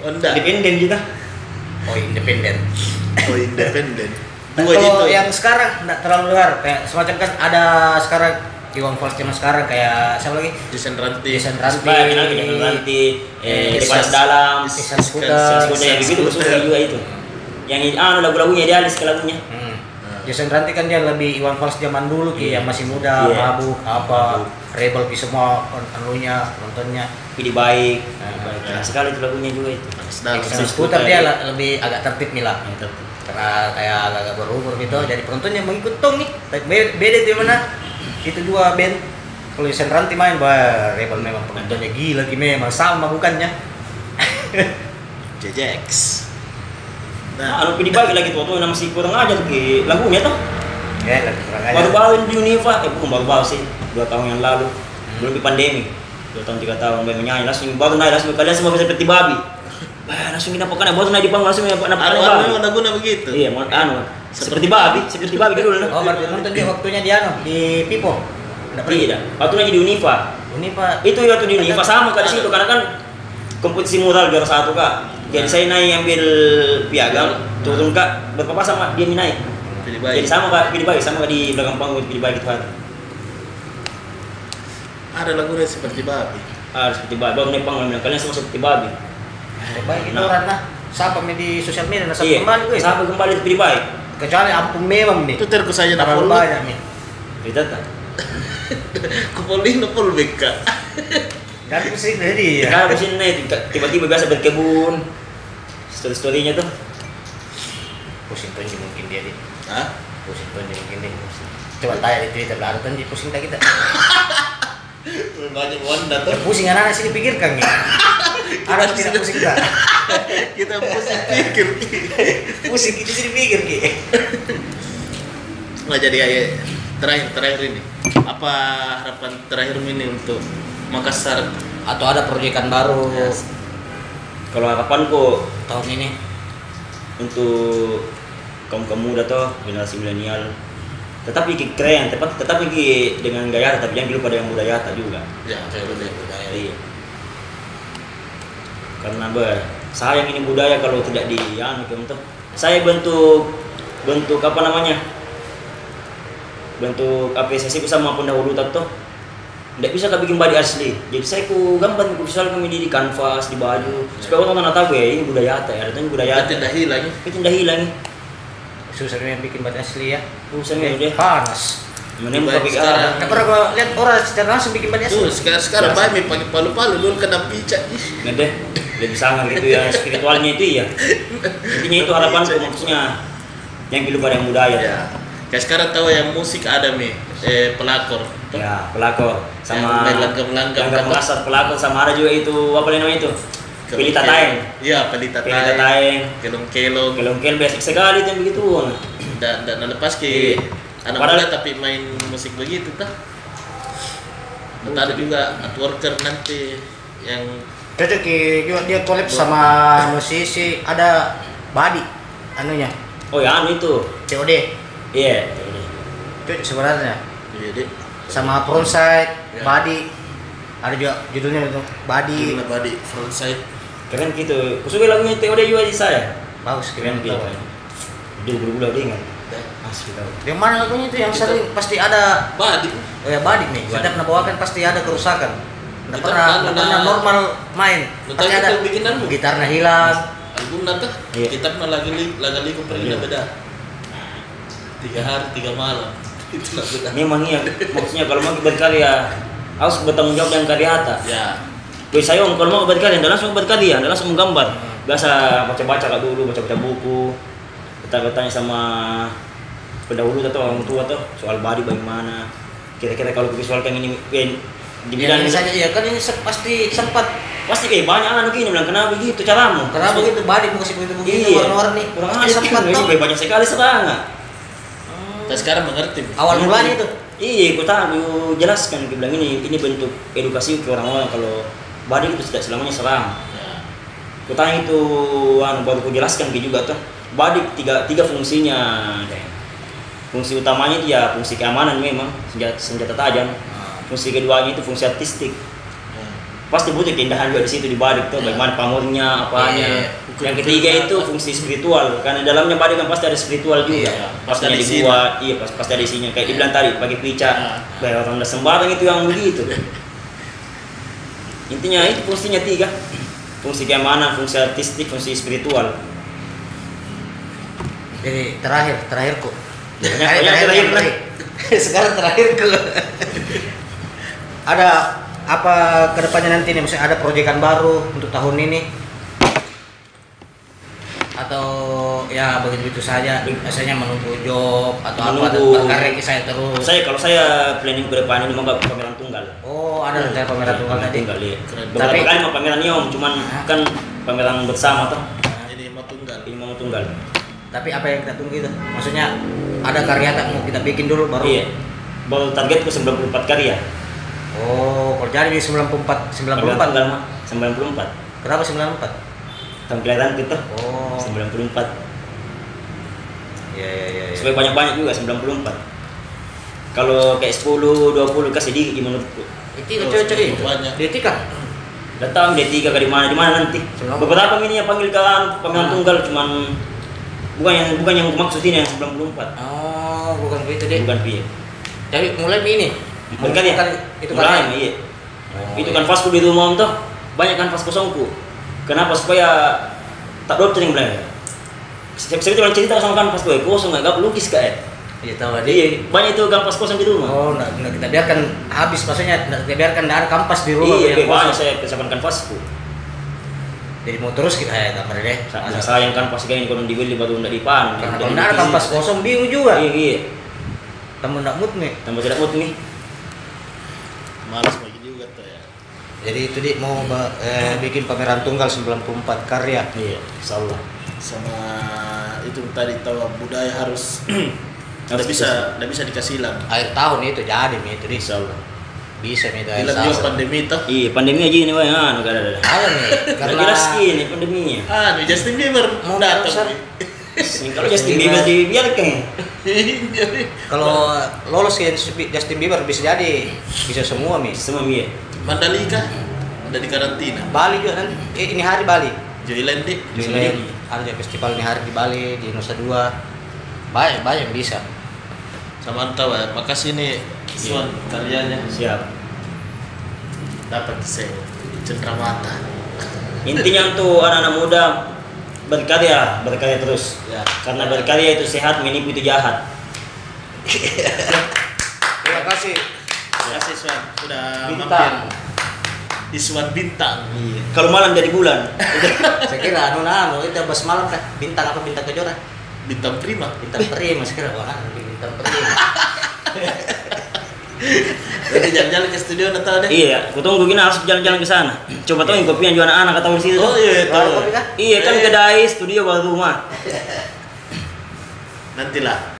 [SPEAKER 1] oh ndak
[SPEAKER 3] Independen kita.
[SPEAKER 2] Oh, independen.
[SPEAKER 1] oh independen
[SPEAKER 2] Nah,
[SPEAKER 1] dua ji
[SPEAKER 2] kalau
[SPEAKER 1] tuh
[SPEAKER 2] yang sekarang nggak terlalu luar kayak semacam kan ada sekarang Iwan Fals zaman sekarang kayak siapa lagi?
[SPEAKER 1] Jason Ranti
[SPEAKER 2] Jason Ranti.
[SPEAKER 3] Sebab kenal kita nanti eh
[SPEAKER 2] Eh,
[SPEAKER 3] di panas
[SPEAKER 1] Sas-
[SPEAKER 3] dalam.
[SPEAKER 2] Sas-
[SPEAKER 3] Sas-
[SPEAKER 2] Isan Skuter.
[SPEAKER 3] Sas- Skuter yang
[SPEAKER 1] gitu,
[SPEAKER 3] begitu suka juga itu. Yang ah lagu-lagunya idealis ke lagunya.
[SPEAKER 2] Hmm. Jason Ranti kan dia lebih Iwan Fals zaman dulu ki
[SPEAKER 3] Iya.
[SPEAKER 2] yang masih muda,
[SPEAKER 3] Iya.
[SPEAKER 2] mabuk, apa,
[SPEAKER 3] Mabuk.
[SPEAKER 2] rebel ki semua anunya, nontonnya.
[SPEAKER 3] Pilih baik,
[SPEAKER 2] Nah,
[SPEAKER 3] pilih baik.
[SPEAKER 1] nah.
[SPEAKER 3] Keren sekali itu lagunya juga itu.
[SPEAKER 1] Panas dalam.
[SPEAKER 2] Jason
[SPEAKER 3] Sas-
[SPEAKER 2] Scooter
[SPEAKER 3] Skuter,
[SPEAKER 2] dia
[SPEAKER 3] iya.
[SPEAKER 2] la- lebih agak tertib nih lah.
[SPEAKER 3] Mantap.
[SPEAKER 2] karena kayak agak berumur gitu jadi penontonnya mengikut tong nih Baik, be- beda itu yang mana itu dua band kalau Jason Ranti main bah Rebel memang penontonnya gila lagi memang sama bukannya
[SPEAKER 1] JJX
[SPEAKER 3] Nah,
[SPEAKER 1] nah
[SPEAKER 3] anu pilih baik lagi tuh tuh yang masih kurang aja tuh ke lagunya tuh.
[SPEAKER 2] ya lagi kurang aja
[SPEAKER 3] Baru-baru di Univa, eh bukan baru-baru sih, dua tahun yang lalu.
[SPEAKER 1] Hmm.
[SPEAKER 3] Belum di pandemi. Dua tahun tiga tahun baru menyanyi langsung baru naik langsung kalian semua bisa seperti babi. Bah, langsung kita pakai baru naik di panggung langsung nampak nampak
[SPEAKER 1] anu
[SPEAKER 3] naik
[SPEAKER 1] anu
[SPEAKER 3] babi.
[SPEAKER 1] memang lagunya begitu
[SPEAKER 3] Iya, mau anu seperti babi, seperti babi dulu. anu.
[SPEAKER 2] oh berarti nonton dia waktunya dia no di Pipo Nggak pergi
[SPEAKER 3] Tidak, Iya, waktu lagi di Univa,
[SPEAKER 2] ini pak
[SPEAKER 3] itu ya tuh di Unifa sama kali situ karena kan kompetisi mural juara satu kak
[SPEAKER 1] Nah.
[SPEAKER 3] jadi saya naik ambil piagam turun kak berpapa sama dia naik
[SPEAKER 1] pilih
[SPEAKER 3] jadi
[SPEAKER 1] baik
[SPEAKER 3] sama kak pilih baik sama kak di belakang panggung pilih baik itu kan
[SPEAKER 1] ada lagunya seperti babi
[SPEAKER 3] ah seperti babi baru naik panggung bilang kalian semua seperti babi
[SPEAKER 2] baik itu
[SPEAKER 3] Nah.
[SPEAKER 2] orang nah siapa main di sosial media nah
[SPEAKER 3] iya
[SPEAKER 2] siapa kembali gue
[SPEAKER 3] sampai kembali di pilih baik
[SPEAKER 2] kecuali ampun memang nih
[SPEAKER 1] itu terku saja nak
[SPEAKER 2] terlalu
[SPEAKER 1] follow
[SPEAKER 2] banyak nih
[SPEAKER 3] kita tak
[SPEAKER 1] ku follow nak follow back kak
[SPEAKER 2] dan musik dari ya
[SPEAKER 3] karena di sini naik tiba-tiba biasa berkebun story storynya tuh
[SPEAKER 2] pusing tuh mungkin dia nih
[SPEAKER 1] Hah?
[SPEAKER 2] pusing tuh mungkin dia pusing. coba tanya di Twitter lah tuh pusing tak kita
[SPEAKER 1] banyak wanda
[SPEAKER 2] Ya,
[SPEAKER 1] tuh
[SPEAKER 2] pusing anak-anak sini pikirkan ya.
[SPEAKER 1] Kita
[SPEAKER 2] Anak tidak
[SPEAKER 1] sini-
[SPEAKER 2] pusing tak?
[SPEAKER 1] kita mesti pikir
[SPEAKER 2] Pusing itu sini pikir ki.
[SPEAKER 1] nggak jadi ayah terakhir terakhir ini apa harapan terakhir ini untuk Makassar
[SPEAKER 2] Atau ada proyekan baru
[SPEAKER 1] Yes.
[SPEAKER 3] kalau harapanku
[SPEAKER 2] tahun ini?
[SPEAKER 3] untuk kaum kaum muda toh generasi milenial tetap iki keren tetap tetap iki dengan gaya tapi jangan lupa dengan budaya tak juga
[SPEAKER 1] ya boleh
[SPEAKER 3] Jadi, karena ber sayang ini budaya kalau tidak di anu kaum toh saya bentuk bentuk apa namanya bentuk apresiasi ku sama pendahulu tak toh tidak bisa kau bikin body asli jadi saya ku gambar ku visual kami di, di kanvas di baju supaya orang orang tahu ya ini budaya tak ya ini budaya
[SPEAKER 1] ya
[SPEAKER 3] tak
[SPEAKER 1] tidak hilang
[SPEAKER 3] itu udah hilang nih
[SPEAKER 2] Susah yang bikin buat asli ya.
[SPEAKER 3] urusan ini udah
[SPEAKER 2] Panas.
[SPEAKER 3] mending
[SPEAKER 1] Baik,
[SPEAKER 3] pakai
[SPEAKER 1] sekarang.
[SPEAKER 3] arah
[SPEAKER 2] Tak pernah gua lihat orang secara langsung bikin buat
[SPEAKER 1] tuh
[SPEAKER 2] asli.
[SPEAKER 1] sekarang sekarang bayi mi pakai palu-palu lu kena pijak
[SPEAKER 3] nggak deh lebih sangat gitu ya spiritualnya itu ya intinya itu harapan maksudnya yang hidup pada yang budaya ya,
[SPEAKER 1] ya kayak sekarang tahu yang musik ada mi eh pelakor
[SPEAKER 3] Ya, pelakor
[SPEAKER 1] Yang
[SPEAKER 3] sama
[SPEAKER 1] main langgam-langgam.
[SPEAKER 3] langgam Makassar, pelakor sama ada juga itu apa namanya itu Pilih Tataeng
[SPEAKER 1] iya pelita
[SPEAKER 3] Pilih
[SPEAKER 1] taeng
[SPEAKER 3] Tataeng
[SPEAKER 1] kelong kelong
[SPEAKER 3] kalau mungkin basic sekali itu yang begitu nah.
[SPEAKER 1] dan dan lepas ke
[SPEAKER 3] Iya.
[SPEAKER 1] anak
[SPEAKER 3] Padahal-
[SPEAKER 1] muda tapi main musik begitu tah Entah ada juga artworker nanti yang
[SPEAKER 2] Cocok ki juga dia collab sama musisi ada Badi anunya
[SPEAKER 3] oh ya anu itu
[SPEAKER 2] COD.
[SPEAKER 3] iya
[SPEAKER 2] cocok sebenarnya
[SPEAKER 1] jadi
[SPEAKER 2] sama frontside,
[SPEAKER 1] Ya.
[SPEAKER 2] body ada juga judulnya itu body
[SPEAKER 1] gimana body front side
[SPEAKER 3] keren gitu kusuka lagunya TOD juga di saya
[SPEAKER 2] bagus keren
[SPEAKER 3] keren
[SPEAKER 2] gitu
[SPEAKER 3] gitu
[SPEAKER 1] ya.
[SPEAKER 3] dia berbulu dia ingat
[SPEAKER 1] dan
[SPEAKER 3] asli tau
[SPEAKER 2] yang mana lagunya itu yang
[SPEAKER 1] Kita-
[SPEAKER 2] sering pasti ada
[SPEAKER 1] body
[SPEAKER 2] oh ya body nih
[SPEAKER 3] Body.
[SPEAKER 2] setiap nabawakan pasti ada kerusakan nggak
[SPEAKER 1] Kita
[SPEAKER 2] pernah
[SPEAKER 1] kan
[SPEAKER 2] nggak
[SPEAKER 1] udah-
[SPEAKER 2] pernah gitu normal main
[SPEAKER 1] Udah
[SPEAKER 2] pasti
[SPEAKER 1] tahu
[SPEAKER 2] ada
[SPEAKER 1] kita bikinanmu.
[SPEAKER 2] gitarnya hilang
[SPEAKER 1] album nanti
[SPEAKER 3] Iya.
[SPEAKER 1] kita pernah lagi li- lagi liku pergi
[SPEAKER 3] Iya.
[SPEAKER 1] beda tiga hari tiga malam itu lah beda
[SPEAKER 3] memang iya maksudnya kalau mau berkarya harus bertanggung jawab dengan karya harta
[SPEAKER 1] ya
[SPEAKER 3] Wih saya om, kalau mau berkarya dan langsung berkarya dan langsung menggambar biasa baca-baca lah dulu baca-baca buku bertanya-tanya sama pendahulu atau orang tua tuh soal bari bagaimana kira-kira kalau visualkan ini eh,
[SPEAKER 2] ya,
[SPEAKER 3] dibilang
[SPEAKER 2] ini saja ya kan ini se- pasti sempat
[SPEAKER 3] pasti eh banyak anak begini bilang kenapa begitu caramu
[SPEAKER 2] karena
[SPEAKER 3] Terus,
[SPEAKER 2] begitu body gitu? mau kasih begitu begitu
[SPEAKER 3] iya
[SPEAKER 2] warna-warni
[SPEAKER 3] orang
[SPEAKER 2] Ini Iya.
[SPEAKER 3] asli
[SPEAKER 2] sempat
[SPEAKER 3] kan,
[SPEAKER 2] tuh
[SPEAKER 3] eh, banyak sekali serangan
[SPEAKER 1] Tapi Nah, sekarang mengerti
[SPEAKER 2] awal mulanya itu
[SPEAKER 3] Iya, aku tahu aku jelaskan aku bilang ini ini bentuk edukasi ke orang-orang kalau body itu tidak selamanya seram.
[SPEAKER 1] ya.
[SPEAKER 3] Aku tanya itu anu baru aku jelaskan aku juga tuh. Body tiga tiga fungsinya. Deng. Fungsi utamanya itu ya fungsi keamanan memang senjata, senjata tajam. Fungsi keduanya itu fungsi artistik.
[SPEAKER 1] Ya.
[SPEAKER 3] Pasti butuh keindahan juga di situ di body tuh
[SPEAKER 1] Iya.
[SPEAKER 3] bagaimana pamornya,
[SPEAKER 2] Iya,
[SPEAKER 3] apanya.
[SPEAKER 1] iya.
[SPEAKER 3] Yang ketiga itu fungsi spiritual karena dalamnya body kan pasti ada spiritual juga.
[SPEAKER 1] Iya,
[SPEAKER 3] pasti
[SPEAKER 1] pasti
[SPEAKER 3] ada
[SPEAKER 1] ada isinya.
[SPEAKER 3] dibuat, iya pas- pasti ada isinya kayak dibilang tadi pakai pica.
[SPEAKER 1] Nah.
[SPEAKER 3] Kayak orang udah sembarang itu yang begitu. Intinya itu fungsinya tiga. Fungsi keamanan, fungsi artistik, fungsi spiritual.
[SPEAKER 2] jadi terakhir terakhirku
[SPEAKER 3] Yang-
[SPEAKER 2] Terakhir,
[SPEAKER 3] yang
[SPEAKER 2] terakhir,
[SPEAKER 3] terakhir,
[SPEAKER 2] terakhir. sekarang terakhirku ada apa kedepannya nanti nih misalnya ada proyekan baru untuk tahun ini atau ya begitu begitu saja biasanya menunggu job atau apa
[SPEAKER 3] Menunggu.
[SPEAKER 2] berkarya saya terus
[SPEAKER 3] Saya kalau saya planning ke depan ini mau nggak pameran tunggal.
[SPEAKER 2] oh ada rencana pameran tunggal tadi
[SPEAKER 3] iya.
[SPEAKER 1] Keren.
[SPEAKER 3] Beberapa
[SPEAKER 2] Tapi-
[SPEAKER 3] kali mau pameran iya om, cuman
[SPEAKER 2] Hah?
[SPEAKER 3] kan pameran bersama tuh.
[SPEAKER 1] nah, ini mau tunggal
[SPEAKER 3] Ini mau tunggal.
[SPEAKER 2] tapi apa yang kita tunggu itu maksudnya ada karya tak mau kita bikin dulu baru
[SPEAKER 3] Iya. Baru targetku 94 karya.
[SPEAKER 2] oh kalau jadi di 94 94
[SPEAKER 3] Pameran tunggal mah 94.
[SPEAKER 2] kenapa 94
[SPEAKER 3] Tahun kelahiran kita
[SPEAKER 2] Oh.
[SPEAKER 3] 94.
[SPEAKER 2] Iya iya iya. iya.
[SPEAKER 3] Supaya banyak-banyak juga 94. Kalau kayak 10, 20 kasih sedikit menurutku.
[SPEAKER 2] Itu cocok itu. kan?
[SPEAKER 1] Banyak.
[SPEAKER 2] Dia tikar.
[SPEAKER 3] datang dia tiga kali mana di mana nanti
[SPEAKER 2] Sebelum-
[SPEAKER 3] beberapa ini yang panggil
[SPEAKER 2] Ah.
[SPEAKER 3] kawan pemain tunggal cuman bukan yang bukan yang maksud ini yang 94
[SPEAKER 2] Oh, bukan begitu deh.
[SPEAKER 3] bukan piye
[SPEAKER 2] Tapi mulai ini.
[SPEAKER 3] bukan ya
[SPEAKER 2] Itu
[SPEAKER 3] mulai
[SPEAKER 2] kan.
[SPEAKER 3] iya
[SPEAKER 2] Oh,
[SPEAKER 3] itu
[SPEAKER 2] iya.
[SPEAKER 3] kan fasku di rumah om toh banyak kan fas kosongku kenapa supaya tak dokter yang bilang setiap setiap orang cerita sama kan pas gue kosong nggak lukis kayak
[SPEAKER 2] Iya tahu dia.
[SPEAKER 3] jadi banyak itu kan pas kosong di rumah
[SPEAKER 2] Oh, enggak, enggak kita biarkan habis maksudnya enggak kita biarkan enggak ada kampas di rumah.
[SPEAKER 3] iya
[SPEAKER 2] yang
[SPEAKER 3] banyak
[SPEAKER 2] kosong.
[SPEAKER 3] saya persiapan kanvasku
[SPEAKER 2] Jadi mau terus kita ya gambar deh.
[SPEAKER 3] saya sayang kanvas kayak yang konon dibeli baru nggak dipan
[SPEAKER 2] Karena kalau enggak ada kampas kosong bingung juga.
[SPEAKER 3] iya iya
[SPEAKER 2] Temu enggak mood nih.
[SPEAKER 3] tambah tidak mood nih
[SPEAKER 1] malas bagi juga tuh ya
[SPEAKER 2] Jadi itu dia mau ba- eh, bikin pameran tunggal 94 karya.
[SPEAKER 3] Iya, insyaallah.
[SPEAKER 1] sama itu tadi tahu budaya harus
[SPEAKER 3] Harus
[SPEAKER 1] harus bisa tidak bisa dikasih hilang
[SPEAKER 2] Akhir tahun itu jadi nih itu dia.
[SPEAKER 3] Insyaallah.
[SPEAKER 2] Bisa nih itu akhir
[SPEAKER 1] hilang juga
[SPEAKER 2] tahun.
[SPEAKER 1] pandemi tuh
[SPEAKER 3] Iya, pandemi aja ini wah, anu kada ada.
[SPEAKER 2] Ada nih.
[SPEAKER 3] Karena
[SPEAKER 2] Karena
[SPEAKER 3] jelas ini pandeminya.
[SPEAKER 1] ah nih Justin Bieber
[SPEAKER 2] Mau konser.
[SPEAKER 1] datang nih.
[SPEAKER 3] Kalau Justin Bieber dibiarkan.
[SPEAKER 1] Jadi,
[SPEAKER 2] Kalau lolos kayak Justin Bieber bisa jadi bisa semua mis.
[SPEAKER 3] Semua iya. mie.
[SPEAKER 1] Mandalika ada di karantina
[SPEAKER 2] Bali juga nanti eh, ini hari Bali.
[SPEAKER 1] Joyland deh
[SPEAKER 3] Bisa
[SPEAKER 2] Jadi,
[SPEAKER 3] jadi.
[SPEAKER 2] Ada juga festival ini hari di Bali di Nusa Dua. Banyak banyak bisa.
[SPEAKER 1] sama antawa ya makasih nih Suan karyanya
[SPEAKER 3] Siap.
[SPEAKER 1] dapat saya cendrawata
[SPEAKER 3] Intinya untuk anak-anak muda berkarya, berkarya terus.
[SPEAKER 1] ya
[SPEAKER 3] Karena berkarya itu sehat, menipu itu jahat.
[SPEAKER 2] Terima kasih.
[SPEAKER 1] makasih Suan udah
[SPEAKER 2] Bintang.
[SPEAKER 1] mampir Iswan Bintang
[SPEAKER 3] Iya. Kalau malam jadi bulan.
[SPEAKER 2] Saya kira anu anu itu bas malam kan bintang apa bintang kejora?
[SPEAKER 1] Bintang Prima
[SPEAKER 2] Bintang terima saya kira wah bintang terima.
[SPEAKER 1] jadi jalan-jalan ke studio Natal deh
[SPEAKER 3] iya, aku tunggu gini harus jalan-jalan ke sana. Coba tahu yang kopian juga anak-anak kata di situ.
[SPEAKER 1] oh iya
[SPEAKER 2] Baru
[SPEAKER 1] tahu iya.
[SPEAKER 2] kopi kah?
[SPEAKER 3] Iya kan kedai studio baru rumah.
[SPEAKER 1] nantilah